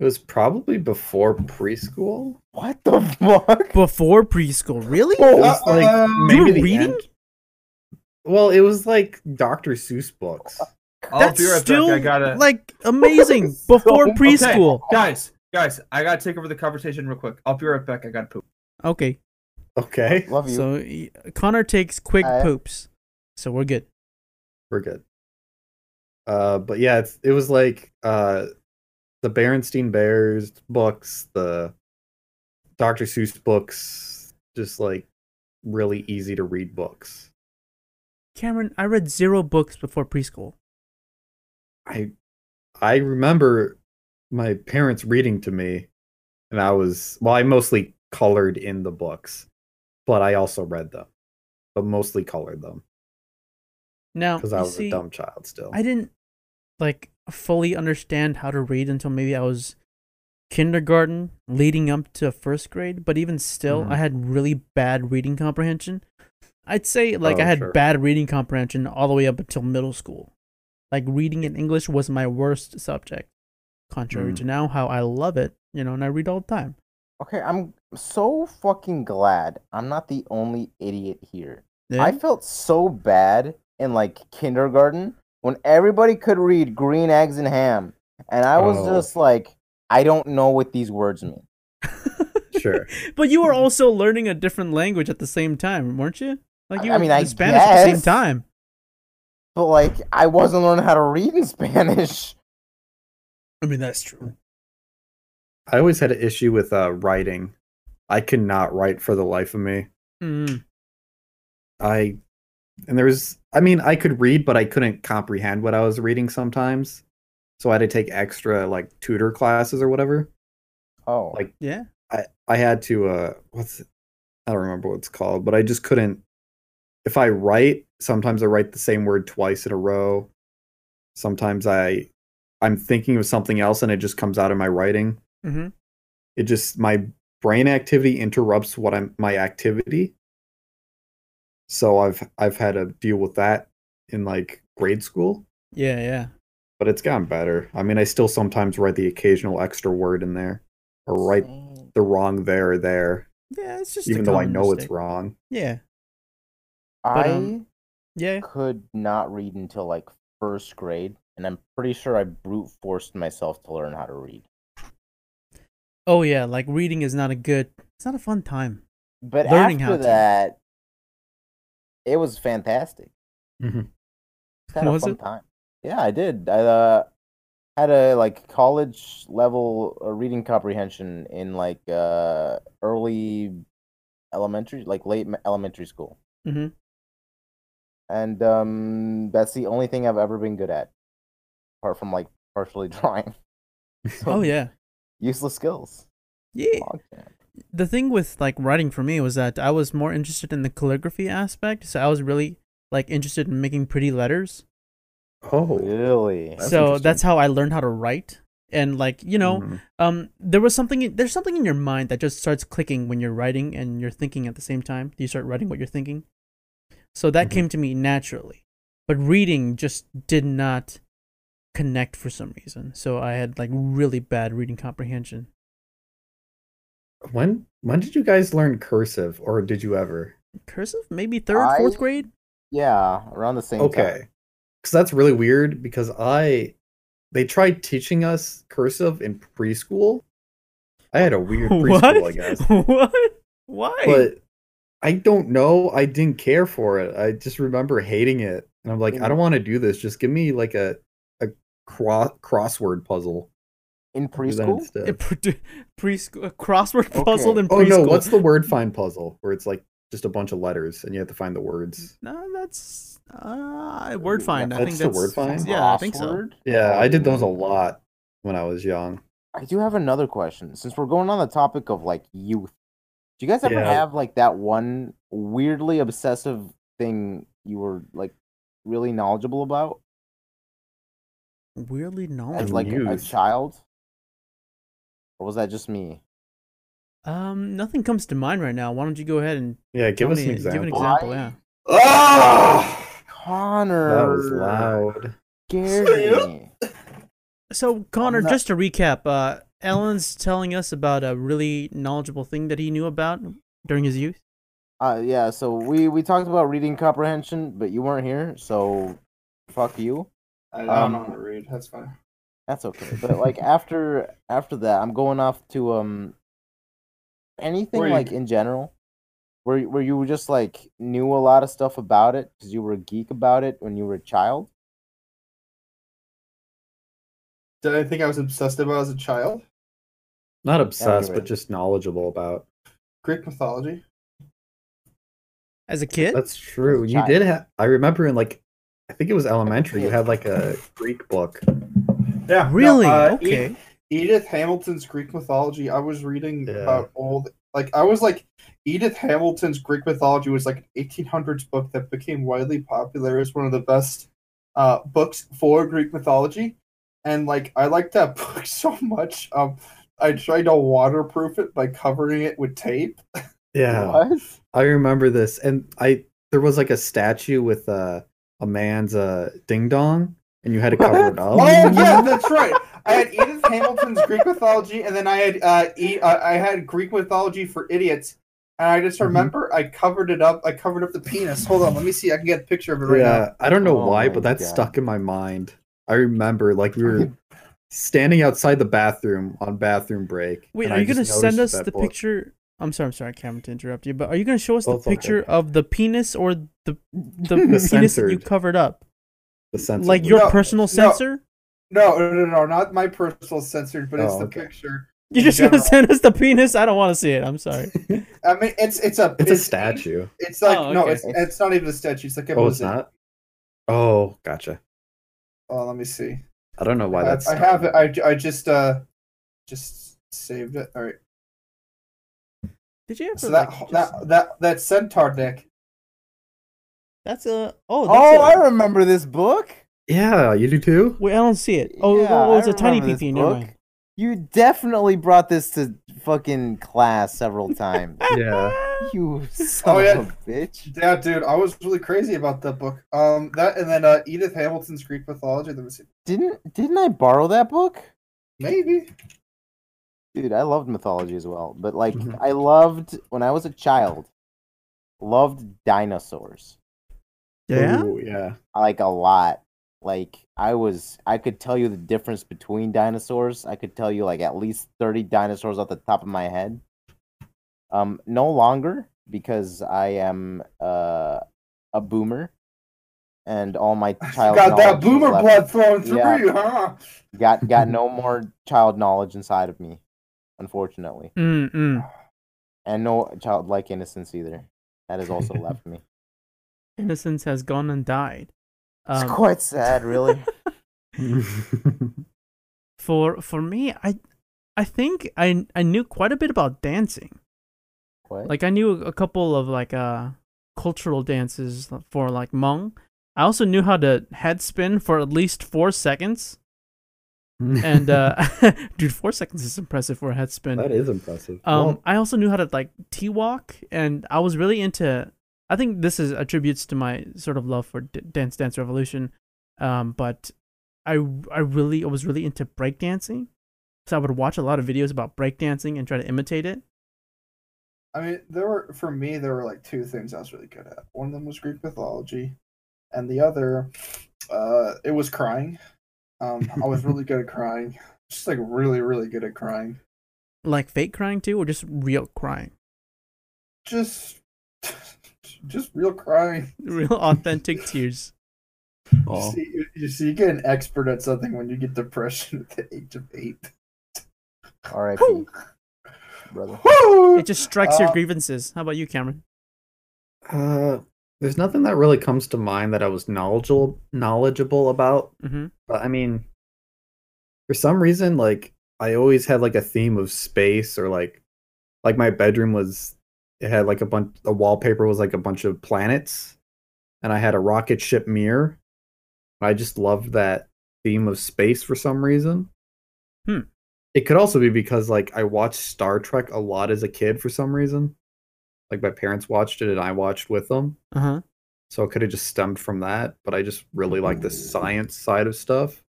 It was probably before preschool. what the <laughs> fuck? Before preschool, really? It Oh, Uh, was like Uh-oh. maybe You were the reading? end- Well, it was like Dr. Seuss books. uh, I'll that's be right still back. I gotta like <laughs> amazing. <laughs> Before So- preschool. guys, guys, I gotta take over the conversation real quick. I'll be right back. I gotta poop. Okay. Okay, Love you. So y- Connor takes quick I- poops, so we're good. we're good. Uh, but yeah, it's, it was like uh, the Berenstein Bears books, the Dr. Seuss books, just like really easy to read books. Cameron, I read zero books before preschool. I I remember my parents reading to me and I was well I mostly colored in the books, but I also read them. But mostly colored them Now, because I you was see, a dumb child still. I didn't like fully understand how to read until maybe I was kindergarten leading up to first grade, but even still Mhm. Mm-hmm. I had really bad reading comprehension. I'd say like I Oh, had sure. bad reading comprehension all the way up until middle school. Like reading in English was my worst subject. Contrary Mm. to now how I love it, you know, and I read all the time. Okay, I'm so fucking glad I'm not the only idiot here. Yeah. I felt so bad in like kindergarten when everybody could read green eggs and ham, and I was Oh. just like, I don't know what these words mean. sure. But you Mm-hmm. were also learning a different language at the same time, weren't you? Like you I were mean, in I Spanish at the same guess. time. But like, I wasn't learning how to read in <laughs> Spanish. I mean, that's true. I always had an issue with uh writing. I could not write for the life of me. Mm. I and there was I mean I could read but I couldn't comprehend what I was reading sometimes. So I had to take extra like tutor classes or whatever. Oh, Like, Yeah. I I had to uh what's it- I don't remember what it's called, but I just couldn't if I write, sometimes I write the same word twice in a row. Sometimes I I'm thinking of something else and it just comes out of my writing. Mm-hmm. It just my brain activity interrupts what I'm my activity. So I've I've had to deal with that in like grade school, Yeah, yeah. but it's gotten better. I mean, I still sometimes write the occasional extra word in there or write the wrong there or there Yeah, it's just even though I know it's wrong. Yeah, I um, yeah. could not read until like first grade, and I'm pretty sure I brute forced myself to learn how to read. Oh yeah, like reading is not a good. It's not a fun <laughs> time. But Learning how after to. that, it was fantastic. Mhm. It's kind Mm-hmm. of Was fun it? time. Yeah, I did. I uh, had a like college level uh, reading comprehension in like uh, early elementary, like late me- elementary school. Mhm. And um, that's the only thing I've ever been good at, apart from like partially <laughs> drawing. So, Oh yeah, useless skills. yeah. Logjam. the thing with like writing for me was that I was more interested in the calligraphy aspect, so I was really like interested in making pretty letters. Oh, Really? That's so interesting. that's how I learned how to write. And like you know, Mhm. um, there was something. There's something in your mind that just starts clicking when you're writing and you're thinking at the same time. You start writing what you're thinking. So that Mhm. came to me naturally, but reading just did not connect for some reason. So I had like really bad reading comprehension. when when did you guys learn cursive, or did you ever? Cursive, maybe third, I- fourth grade. <laughs> Yeah, around the same time. Okay, because that's really weird. Because I, they tried teaching us cursive in preschool. I had a weird preschool, <laughs> I guess. what? Why? but I don't know. I didn't care for it. I just remember hating it, and I'm like, I Mm. don't want to do this. Just give me like a a cro- crossword puzzle. In I'll do that preschool? <laughs> instead. A pre- preschool, a crossword Okay. puzzle in preschool. uh, Oh no, what's the word find puzzle where it's like just a bunch of letters and you have to find the words? No, that's uh, word Yeah, find. I that's think the that's word find? Yeah, I think so. Crossword? Yeah, I did those a Ooh. lot when I was young. I do have another question. Since we're going on the topic of like youth, do you guys ever Yeah. have like that one weirdly obsessive thing you were like really knowledgeable about Weirdly as knowledgeable. like a News. child? Or was that just me? um, nothing comes to mind right now. Why don't you go ahead and Yeah, give tell us me, an example. Give an example. Yeah. Ah! Connor That was loud. scared me. So Connor, not- just to recap, uh, Ellen's telling us about a really knowledgeable thing that he knew about during his youth. Uh, yeah. So we we talked about reading comprehension, but you weren't here, so fuck you. I don't Um, know how to read. That's fine. That's okay. But like after after that, I'm going off to um anything Where you- like in general where you- where you just like knew a lot of stuff about it because you were a geek about it when you were a child. Did I think I was obsessed about as a child? Not obsessed, give but it. just knowledgeable about. Greek mythology. As a kid, That's true. You child. did have. I remember in like, I think it was elementary. You Yeah. had like a <laughs> Greek book. Yeah. no, really? uh, E- okay. Edith Hamilton's Greek mythology. I was reading Yeah. about old, like I was like Edith Hamilton's Greek mythology was like an 1800s book that became widely popular as one of the best uh, books for Greek mythology, and like I liked that <laughs> book so much. Um, I tried to waterproof it by covering it with tape. Yeah. Oh, What? I remember this, and I there was like a statue with a a man's uh, ding dong, and you had to cover <laughs> it up. Oh yeah, that's right. I had Edith Hamilton's Greek mythology, and then I had uh, e- uh, I had Greek mythology for idiots, and I just Mhm. remember I covered it up. I covered up the penis. Hold on, let me see. I can get a picture of it right now. Yeah, I don't know Oh why, my but that God. stuck in my mind. I remember like we were standing outside the bathroom on bathroom break. Wait, and are I you gonna just send us noticed the that book. picture? I'm sorry, I'm sorry, Cameron, to interrupt you, but are you gonna show us Oh, the it's okay. picture of the penis or the <laughs> the, penis that you censored. covered up, The censored like one. your No, personal no. censor? No, no, no, no, not my personal censored, but it's Oh, the okay. picture. You're In just gonna general. send us the penis? I don't want to see it. I'm sorry. I mean, it's it's a It's a statue. It's like Oh, no, okay. it's it's not even a statue. It's like a Oh, it's mosaic. not. Oh, gotcha. Oh, let me see. I don't know why I, that's. I have it. I, ju- I just uh just saved it. All right. <laughs> Did you ever? So that like, just- that that that centaur dick. that's a oh Oh, that's a- I remember this book. Yeah, you do too. wait I don't see it. Oh, Yeah, oh, oh, I it's a tiny remember this PP. Never book. mind. You definitely brought this to fucking class several <laughs> times. Yeah. you son Oh, yeah. of a bitch. Yeah, dude, I was really crazy about that book. Um, that and then uh, Edith Hamilton's Greek mythology. Let me see. Didn't didn't I borrow that book? Maybe. Dude, I loved mythology as well, but like Mhm. Mm-hmm. I loved when I was a child, loved dinosaurs Yeah. Oh, Ooh, yeah. like a lot. Like I was, I could tell you the difference between dinosaurs. I could tell you like at least thirty dinosaurs off the top of my head. Um, no longer because I am uh, a boomer, and <laughs> all my child got that knowledge is boomer left- blood flowing through Yeah. you, huh? got <laughs> got no more child knowledge inside of me, unfortunately. Mm, mm. and no childlike innocence either. That has <laughs> also left me. Innocence has gone and died. It's Um, quite sad, really. for for me, I I think I I knew quite a bit about dancing. <laughs> what? Like I knew a couple of like uh cultural dances for like Hmong. I also knew how to head spin for at least four seconds. <laughs> And uh <laughs> dude, four seconds is impressive for a head spin. <laughs> that is impressive. Um, Well, I also knew how to like tea walk, and I was really into. I think this is attributes to my sort of love for D- Dance Dance Revolution, um, but I I really I was really into breakdancing, so I would watch a lot of videos about breakdancing and try to imitate it. I mean, there were for me there were like two things I was really good at. One of them was Greek mythology, and the other, uh, it was crying. Um, I was really good at crying, <laughs> just like really, really good at crying. Like fake crying too, or just real crying, <laughs> Just, <laughs> just real crying. <laughs> real authentic tears. aw. You, see, you, you see, you get an expert at something when you get depression <laughs> at the age of eight. R.I.P. brother. It just strikes your Uh, grievances. How about you, Cameron? Uh, there's nothing that really comes to mind that I was knowledgeable knowledgeable about. hmm But I mean, for some reason, like I always had like a theme of space or like, like my bedroom was it had like a bunch. The wallpaper was like a bunch of planets, and I had a rocket ship mirror. I just loved that theme of space for some reason. Hmm. It could also be because like I watched Star Trek a lot as a kid for some reason. Like my parents watched it and I watched with them. Uh huh. So it could have just stemmed from that, but I just really like the science side of stuff.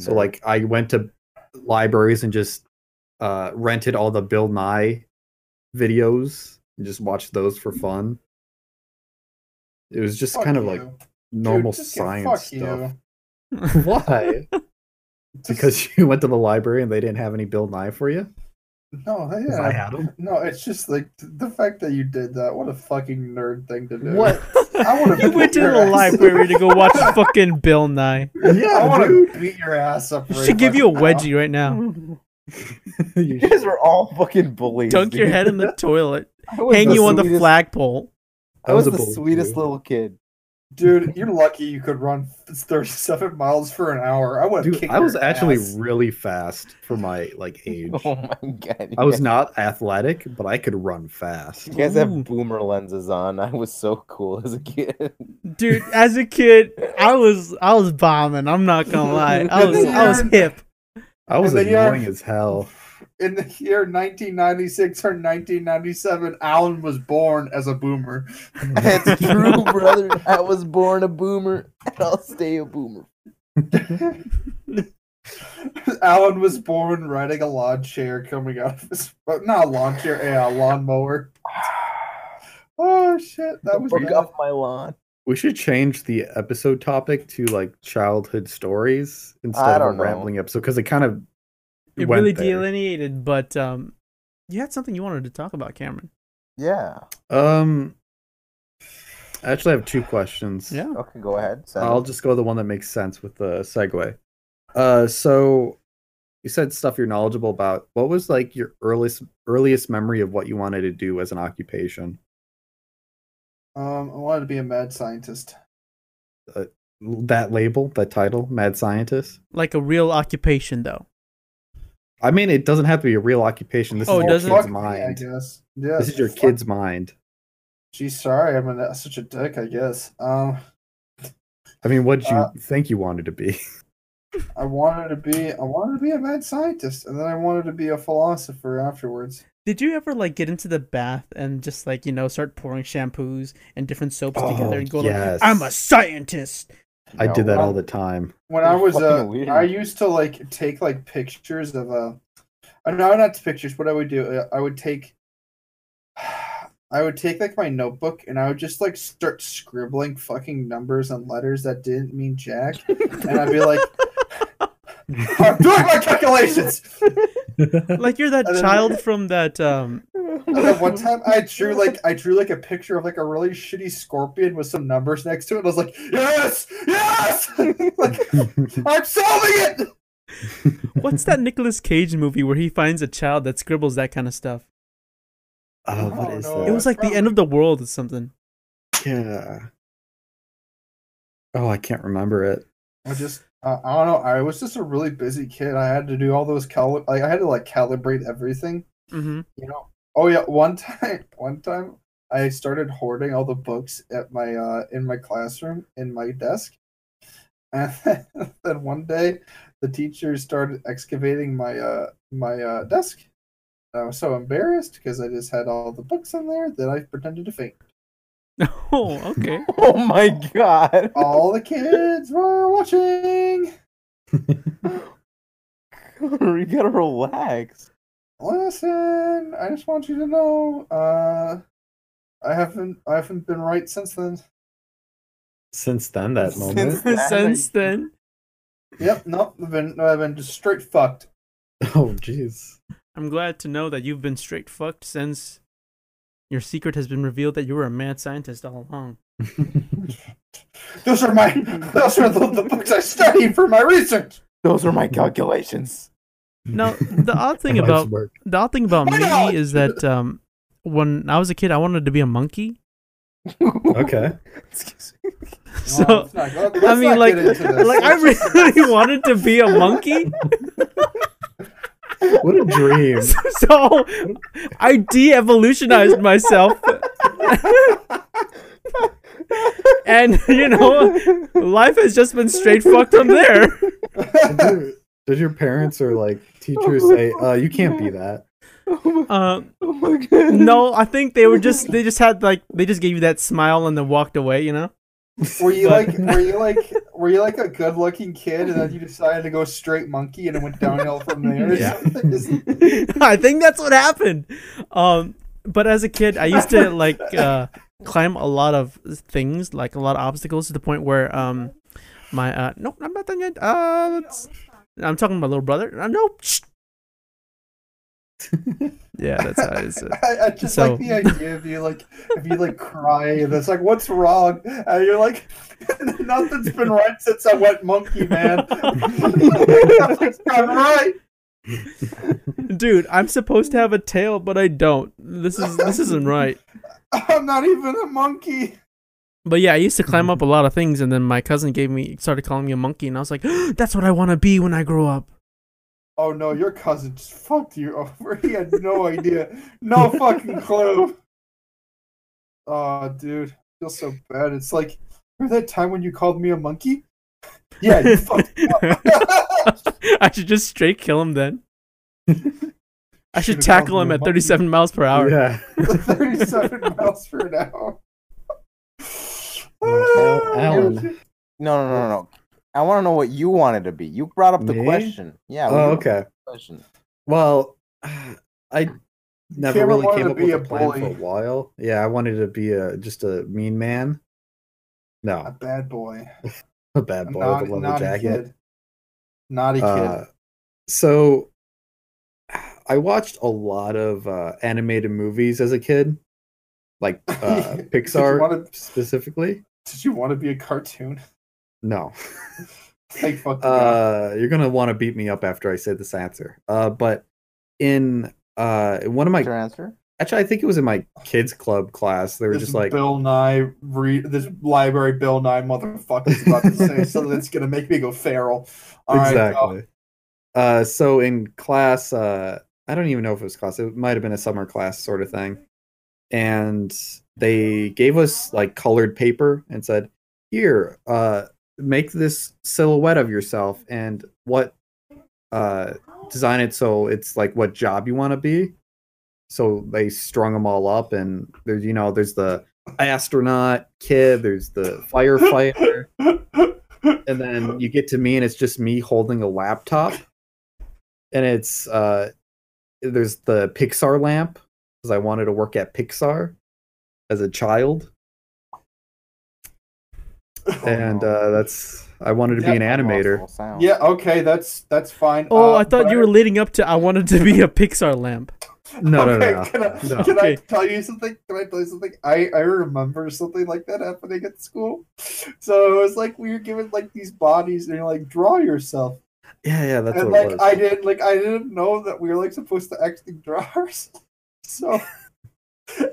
So Nerd. like I went to libraries and just uh rented all the Bill Nye videos and just watched those for fun. It was just Fuck kind of you. like Dude, normal just get- science fuck you. stuff. <laughs> <laughs> Why? because you went to the library and they didn't have any Bill Nye for you? no, they 'Cause <laughs> didn't I had have- them. No, it's just like th- the fact that you did that. What a fucking nerd thing to do. <laughs> What? <laughs> I <laughs> wanna you went to the beat your ass. library to go <laughs> watch fucking Bill Nye. Yeah, I want dude. to beat your ass up. I right should give you a fucking now. wedgie right now. You <laughs> You guys were all fucking bullies. Dunk your dude. head in the toilet. <laughs> I was Hang the you on the sweetest- flagpole. I was, a the bully, sweetest dude. <laughs> little kid. <laughs> Dude, you're lucky you could run 37 miles for an hour. I would have Dude, kicked I was your actually ass. really fast for my like <laughs> age. Oh my god. you I was guys- not athletic, but I could run fast. You guys Ooh. <laughs> have boomer lenses on. I was so cool as a kid. <laughs> Dude, as a kid, I was I was bombing. I'm not gonna lie. I was I was hip. I was And then you are- annoying as hell. In the year 1996 or 1997, Alan was born as a boomer. <laughs> That's true, brother. I was born a boomer, and I'll stay a boomer. <laughs> Alan was born riding a lawn chair coming out of his. But not a lawn chair, yeah, a lawnmower. Oh, shit. That was. Fuck bad. off my lawn. We should change the episode topic to like childhood stories instead I of a don't know. rambling episode because it kind of It went really there. delineated, but um you had something you wanted to talk about, Cameron. Yeah. Um, I actually have two questions. Yeah. Okay, go ahead. Send I'll it. just go with the one that makes sense with the segue. Uh, so you said stuff you're knowledgeable about. What was like your earliest earliest memory of what you wanted to do as an occupation? Um, I wanted to be a mad scientist. That label, that title, mad scientist. Like a real occupation though. I mean, it doesn't have to be a real occupation. This Oh, it is your doesn't? kid's Fuck me, I mind. guess. Yeah, This is your fuck kid's mind. Geez, sorry, I'm an, such a dick. I guess. Um, I mean, what did you Uh, think you wanted to be? I wanted to be, I wanted to be a mad scientist, and then I wanted to be a philosopher afterwards. Did you ever like get into the bath and just like, you know, start pouring shampoos and different soaps together and go yes. like I'm a scientist. I did No. that all the <laughs> time. <laughs> When I was, Fucking uh, weird. I used to like take like pictures of uh, uh, no, not pictures. What I would do, uh, I would take, <sighs> I would take like my notebook and I would just like start scribbling fucking numbers and letters that didn't mean jack, and I'd be like, <laughs> "I'm doing my calculations." Like you're that And then- child from that um And then one time I drew like I drew like a picture of like a really shitty scorpion with some numbers next to it. And I was like, "Yes, yes!" <laughs> like I'm solving it. what's that Nicolas Cage movie where he finds a child that scribbles that kind of stuff? Oh, Oh, what no. is It that? was like the end of the world or something. Yeah. Oh, I can't remember it. I just uh, I don't know. I was just a really busy kid. I had to do all those cali- like I had to like calibrate everything. Mm-hmm. You know. Oh yeah, one <laughs> time, one time I started hoarding all the books at my uh in my classroom in my desk, and <laughs> then one day the teacher started excavating my uh my uh desk. I was so embarrassed because I just had all the books in there that I pretended to faint. <laughs> Oh, okay. <laughs> <laughs> Oh my god. All the kids were watching. <laughs> you gotta relax. Listen, I just want you to know, uh, I haven't, I haven't been right since then. Since then, that moment. Since then, Yep, nope, I've been, I've been just straight fucked. <laughs> Oh, jeez. I'm glad to know that you've been straight fucked since your secret has been revealed that you were a mad scientist all along. <laughs> Those are <laughs> my, those are the, the books I studied for my research. Those are my <laughs> calculations. <laughs> Now, the odd thing Life's about work. the odd thing about Why me not? is that um, when I was a kid, I wanted to be a monkey. <laughs> Okay. Excuse <laughs> So Well, Oh, let's not- let- let's I mean, not like, get into this. like I Let's just- <laughs> really <laughs> wanted to be a monkey. <laughs> What a <laughs> dream. so I de-evolutionized myself. <laughs> and you know, Oh life has just been straight fucked from there. Did your, did your parents or like teachers say, uh, you can't be that? Uh, Oh my god. no, I think they were just they just had like they just gave you that smile and then walked away. You know, <laughs> were you but- like, were you like, were you like a good-looking kid, and then you decided to go straight monkey, and it went downhill from there? <laughs> or Yeah. something? Just- I think that's what happened. Um, but as a kid, I used to like uh, climb a lot of things, like a lot of obstacles, to the point where um, my uh, no, I'm not done yet. Uh, let's, I'm talking to my little brother. Uh, no, shh. yeah, that's how it <laughs> is. I, I just So- like the idea of you like of you like crying and it's like what's wrong and you're like <laughs> nothing's been right since I went monkey man. Nothing's gone right. Dude, I'm supposed to have a tail, but I don't. This is this isn't right. I'm not even a monkey. But yeah, I used to Mm-hmm. climb up a lot of things, and then my cousin gave me started calling me a monkey, and I was like, <gasps> "That's what I want to be when I grow up." <laughs> Oh no, your cousin just fucked you over. He had no idea, no fucking clue. Oh, dude, I feel so bad. It's like remember that time when you called me a monkey? Yeah, you <laughs> fucked <laughs> me up. I should just straight kill him then. I should Should've called tackle him you a at monkey. 37 miles per hour. Yeah. 37 <laughs> miles per hour. Ah, Al- Alan. No, no, no, no, no. I want to know what you wanted to be. You brought up the Me? question. Yeah. we Oh, brought up okay. the Question. Well, <sighs> I never Cameron really wanted came to up be with a a plan bully. for a while. Yeah, I wanted to be a just a mean man. A No, <laughs> bad boy. a bad A boy naughty, with a leather naughty jacket. kid. Naughty Uh, so I watched a lot of uh, animated movies as a kid, like <laughs> uh, Did you Pixar wanna- specifically. kid. Did you want to be a cartoon? <laughs> No, Like fucking God. uh, you're gonna want to beat me up after I say this answer. Uh, but in uh, one of What's your my answer? actually, I think it was in my kids club class. They were this just like, Bill Nye, re- this library Bill Nye motherfucker's about <laughs> to say something that's gonna make me go feral. All right, go. exactly. uh, so in class, uh, I don't even know if it was class. It might have been a summer class sort of thing, and they gave us like colored paper and said, "Here, uh, make this silhouette of yourself and what uh, design it so it's like what job you want to be." So they strung them all up, and there's you know there's the astronaut kid, there's the firefighter <laughs> and then you get to me and it's just me holding a laptop and it's uh there's the pixar lamp because i wanted to work at pixar as a child, Oh, and uh, that's I wanted to Yeah, be an animator. <laughs> Yeah, okay, that's that's fine. Oh, Uh, I thought you were Brian- leading up to I wanted to be a Pixar lamp. <laughs> No, no, okay, no, Can I, no. Can Okay. I tell you something? Can I tell you something? I, I remember something like that happening at school. So it was like we were given like these bodies and you're like, draw yourself. Yeah, yeah, that's and what it like was. I didn't like I didn't know that we were like supposed to actually draw <laughs> ourselves. So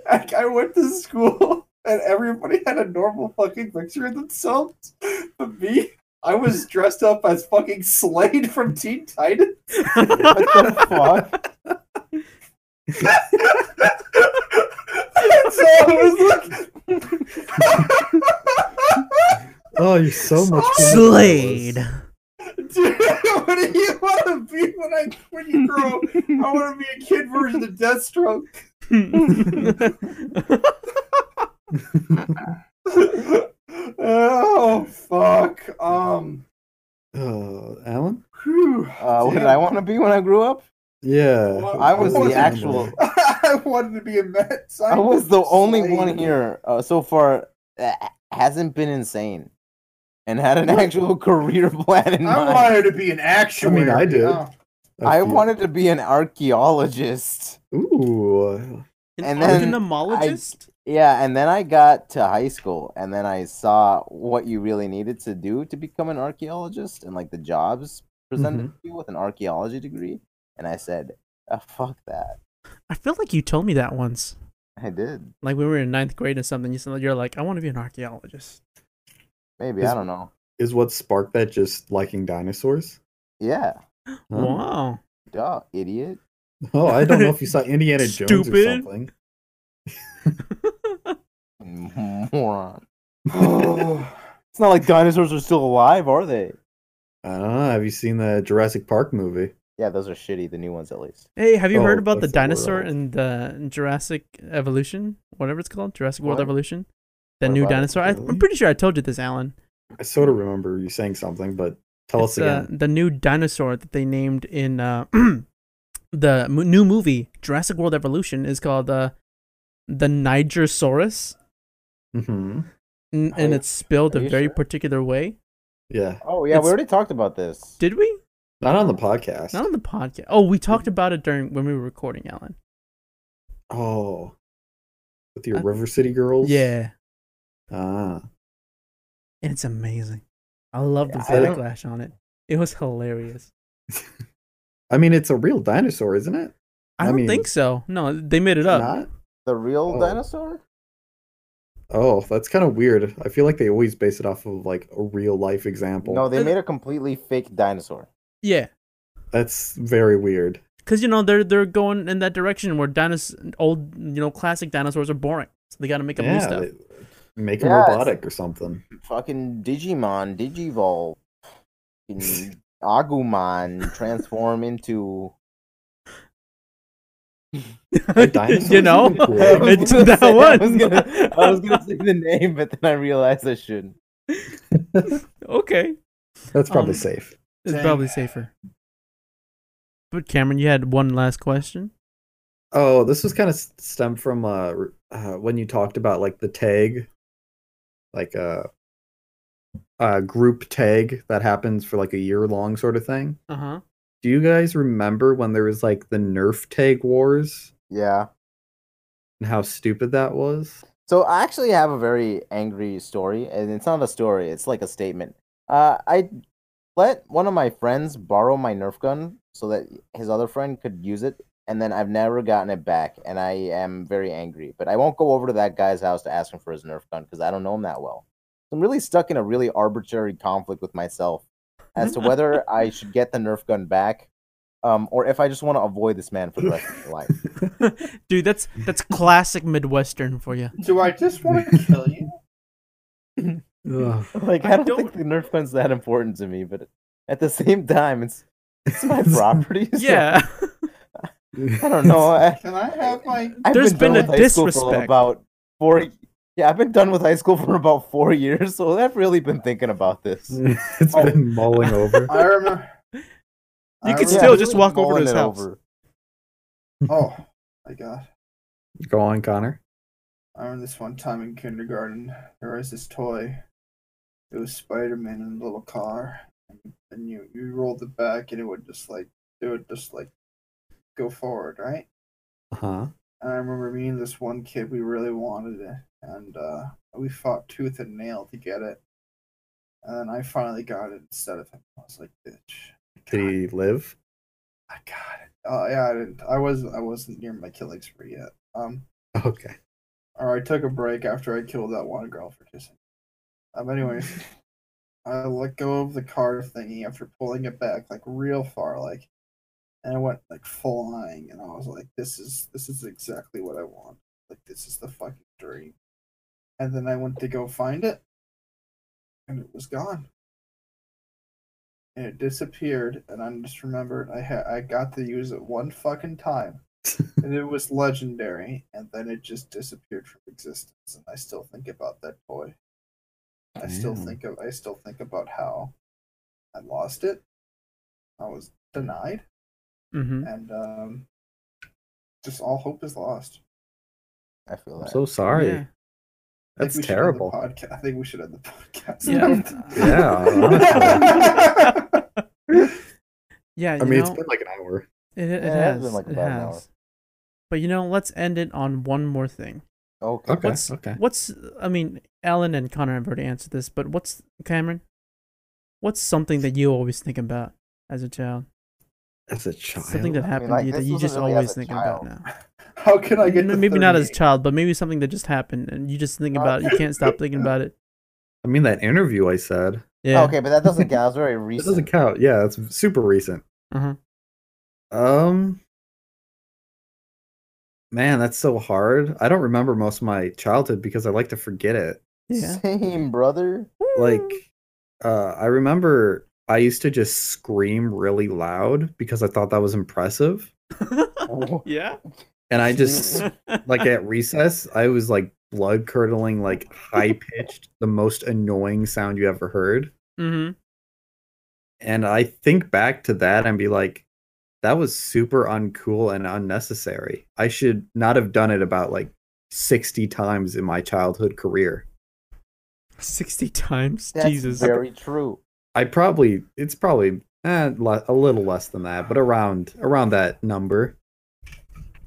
like, I went to school <laughs> and everybody had a normal fucking picture of themselves. But me, I was dressed up as fucking Slade from Teen Titans. what the fuck? so I was like, Oh, you're so much cooler than Slade. I was. <laughs> dude, what do you want to be when I when you grow? up? I want to be a kid version of Deathstroke. oh fuck. Um. Oh, Alan? whew, Uh, what did damn. I want to be when I grew up? Yeah. Well, I was I the wasn't- actual. <laughs> I wanted to be a mad scientist. I was the only one Slade. here uh, so far that hasn't been insane, and had an actual career plan in I mind. wanted to be an actuary. Oh, I did. yeah. I feel- wanted to be an archaeologist. Ooh. An And then organomologist? Yeah, and then I got to high school, and then I saw what you really needed to do to become an archaeologist, and like the jobs presented to you with an archaeology degree. And I said, "Ah, "Fuck that!" I feel like you told me that once. I did. Like we were in ninth grade or something. You said you're like, I want to be an archaeologist. Maybe Is- I don't know. Is what sparked that just liking dinosaurs? Yeah, Huh? Wow. duh, idiot. <laughs> Oh, I don't know if <laughs> you saw Indiana Jones or Stupid. something. <laughs> Moron. Oh, <sighs> It's not like dinosaurs are still alive, are they? I don't know. Have you seen the Jurassic Park movie? Yeah, those are shitty, the new ones at least. Hey, have you Oh, heard about the that's the dinosaur world. in the Jurassic Evolution? Whatever it's called, Jurassic World What? Evolution. The What new about it? dinosaur. I, Really? I'm pretty sure I told you this, Alan. I sort of remember you saying something, but tell us It's, uh, again. the new dinosaur that they named in uh, <clears throat> the mo- new movie Jurassic World Evolution is called uh, the Nigersaurus, hmm n- Are and you- it's spelled Oh, are a you very sure? particular way. Yeah. Oh yeah, It's- we already talked about this. Did we? Not on the podcast. Not on the podcast. Oh, we Mm-hmm. talked about it during when we were recording, Alan. Oh. With your I- River City Girls? Yeah, Ah. and it's amazing. I love the I don't- backlash on it. It was hilarious. I mean, it's a real dinosaur, isn't it? I, I don't mean- think so. No, they made it up. Not? the real Oh. dinosaur? Oh, that's kind of weird. I feel like they always base it off of like a real life example. No, they Uh, made a completely fake dinosaur. Yeah, That's very weird. because you know they're they're going in that direction where dinosaur old you know classic dinosaurs are boring, so they got to make up new stuff. they- make them Yeah, it's- robotic or something. Fucking Digimon, Digivolve, fucking Agumon <laughs> transform into dinosaurs you know, would be cool. I <laughs> was it's gonna that say- <laughs> I one. was gonna, <laughs> I was gonna say the name, but then I realized I shouldn't. okay, That's probably Um, safe. it's Dang. probably safer. But Cameron, you had one last question. Oh, this was kind of stemmed from uh, r- uh when you talked about like the tag, like a uh, uh, group tag that happens for like a year long sort of thing. Uh huh. Do you guys remember when there was like the Nerf tag wars Yeah. and how stupid that was? So I actually have a very angry story, and it's not a story; it's like a statement. Uh, I let one of my friends borrow my Nerf gun so that his other friend could use it, and then I've never gotten it back, and I am very angry. But I won't go over to that guy's house to ask him for his Nerf gun because I don't know him that well. I'm really stuck in a really arbitrary conflict with myself as to whether I should get the Nerf gun back, um, or if I just want to avoid this man for the rest of my life. Dude, that's that's classic Midwestern for <laughs> you. Do I just want to kill you? Ugh. <laughs> Like I I don't, think the Nerf gun's that important to me, but at the same time, it's <laughs> it's my property. <laughs> so Yeah. I don't know. <laughs> I, Can I have my? I've There's been, been done a with high school for disrespect. about four. Yeah, I've been done with high school <laughs> for about four years, so I've really been thinking about this. <laughs> it's Oh. been mulling over. I remember. You I could remember- still just walk over to mulling his it house. over. Oh my god. Go on, Connor. I remember this one time in kindergarten, there was this toy. It was Spider Man in a little car, and, and you you rolled it back, and it would just like it would just like go forward, right? Huh? And I remember me and this one kid, we really wanted it, and uh, we fought tooth and nail to get it. And then I finally got it instead of him. I was like, "Bitch, I got Did he live? I got it. Oh yeah, I didn't. I was I wasn't near my kill expert yet. Um, Okay. or I took a break after I killed that one girl for kissing. Um, anyways, I let go of the car thingy after pulling it back like real far, like, and I went like flying, and I was like, "This is this is exactly what I want. Like, this is the fucking dream." And then I went to go find it, and it was gone. And it disappeared, and I just remembered I had I got to use it one fucking time and it was legendary, and then it just disappeared from existence. And I still think about that toy. I still Damn. think of I still think about how I lost it. I was denied, Mm-hmm. and um, just all hope is lost. I feel I'm that. so sorry. Yeah. I think That's we should terrible. <laughs> end the Podca- I think we should end the podcast. <laughs> Yeah. Yeah, <laughs> Yeah, I you mean, know, it's been like an hour. it, it Yeah, it has has. been like it about an hour. has. But you know, let's end it on one more thing. Okay. Okay. What's- okay. What's I mean, Alan and Connor have already answered this, but what's Cameron? What's something that you always think about as a child? As a child. Something that I mean, happened like, to you that this you wasn't just really as always a think about child. now. How can I get? to M- Maybe not as a 38? child, but maybe something that just happened and you just think Uh, about it. You can't stop <laughs> thinking about it. I mean, that interview I said. Yeah. Okay, but that doesn't count. It's very It recent. doesn't count. Yeah, it's super recent. Uh-huh. Um, man, that's so hard. I don't remember most of my childhood because I like to forget it. Yeah. <laughs> <laughs> Same, brother. Like, uh, I remember I used to just scream really loud because I thought that was impressive, yeah. and I just like at recess, I was like blood curdling, like high pitched, the most annoying sound you ever heard. mm-hmm. And I think back to that and be like, that was super uncool and unnecessary. I should not have done it about like 60 times in my childhood career. 60 times. That's Jesus. very <laughs> true. I probably, it's probably eh, le- a little less than that, but around around that number.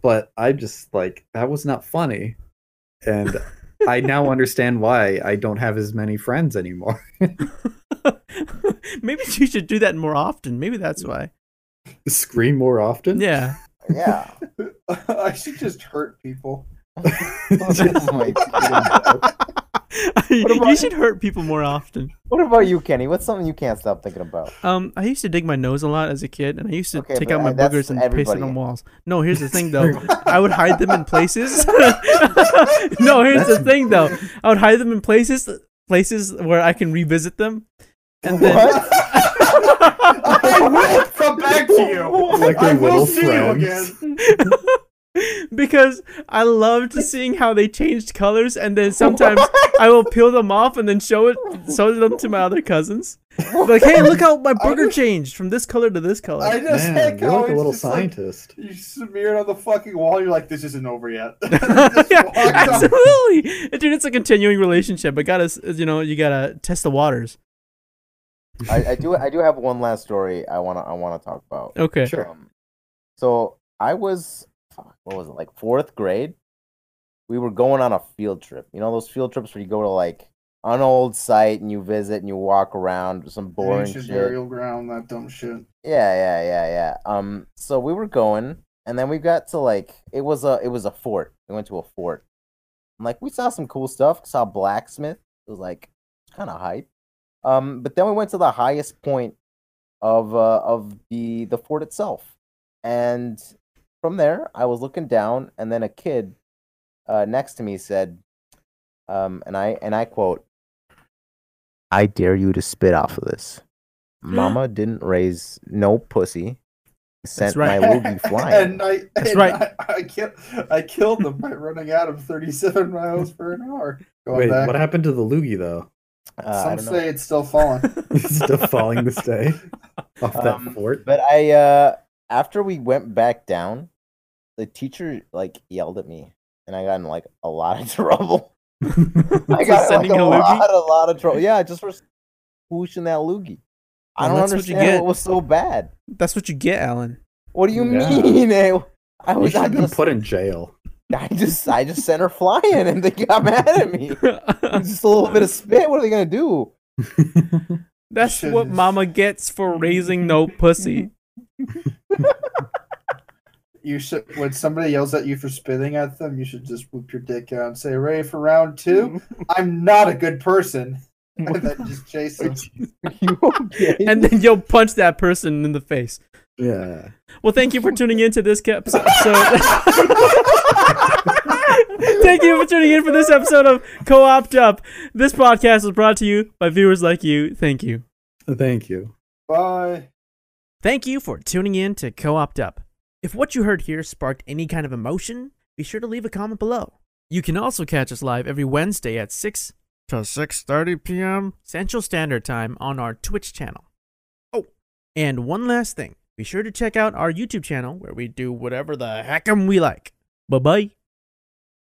But I just like that was not funny, <laughs> and I now understand why I don't have as many friends anymore. <laughs> <laughs> Maybe you should do that more often. Maybe that's why. Scream more often. Yeah. <laughs> Yeah. <laughs> I should just hurt people. Oh my God. <laughs> you about- should hurt people more often. What about you, Kenny? What's something you can't stop thinking about? Um, I used to dig my nose a lot as a kid, and I used to Okay, take but, out my uh, that's boogers and paste it everybody. on walls. No, here's the <laughs> thing though. I would hide them in places. <laughs> no, here's the thing though. I would hide them in places places where I can revisit them. And then I will come back to you. Like I they're will little see you friends. again. <laughs> because I loved seeing how they changed colors, and then sometimes I will peel them off and then show it, show them to my other cousins. Like, hey, look how <laughs> my booger changed from this color to this color. I just Man, like you're how like a it's little just, like, scientist. you smear it on the fucking wall. You're like, this isn't over yet. <laughs> Yeah, absolutely, dude. It's a continuing relationship. I gotta, s- you know, you gotta test the waters. I, I do. I do have one last story. I wanna. I wanna talk about. Okay. <laughs> <laughs> Sure. Um, so I was. fuck, What was it like? Fourth grade. We were going on a field trip. You know those field trips where you go to like an old site and you visit and you walk around some boring Ancient shit. burial ground, that dumb shit. Yeah, yeah, yeah, yeah. Um, so we were going, and then we got to like it was a it was a fort. We went to a fort. And, like we saw some cool stuff. Saw blacksmith. It was like it's kind of hype. Um, but then we went to the highest point of uh, of the the fort itself, and from there I was looking down, and then a kid uh, next to me said, um, and I and I quote, "I dare you to spit off of this." Mama didn't raise no pussy. Sent right. my <laughs> loogie flying. and I, That's and right. I, I, killed, I killed them by running out of 37 miles per an hour. Going Wait, back. what happened to the loogie <laughs> though? Uh, I Some don't know. say it's still falling. It's still falling this <laughs> day off that Um, fort. But I uh after we went back down, the teacher like yelled at me and I got in like a lot <laughs> of <laughs> trouble. I For got in, like, sending a a loogie? lot, a lot of trouble. Yeah, just for pushing that loogie. I Well, don't that's what you understand get. what was so bad. That's what you get, Alan. <laughs> What do you Yeah. mean? <laughs> eh? I You was should I have been just, put in jail. I just I just sent her flying and they got <laughs> mad <laughs> at me. Just a little bit of spit. What are they gonna do? <laughs> That's Shit what is- Mama gets for raising no pussy. You should when somebody yells at you for spitting at them, you should just whoop your dick out and say, "Ready for round two? <laughs> I'm not a good person." <laughs> and then just chase them. you okay? And then you'll punch that person in the face. yeah. Well, thank you for tuning in to this ca- episode. So, <laughs> thank you for tuning in for this episode of Co-opt Up. This podcast was brought to you by viewers like you. Thank you. Thank you. Bye. Thank you for tuning in to Co opt Up. If what you heard here sparked any kind of emotion, be sure to leave a comment below. You can also catch us live every Wednesday at 6 to 6:30 p.m. Central Standard Time on our Twitch channel. Oh, and one last thing. Be sure to check out our YouTube channel where we do whatever the heck'em we like. Bye-bye.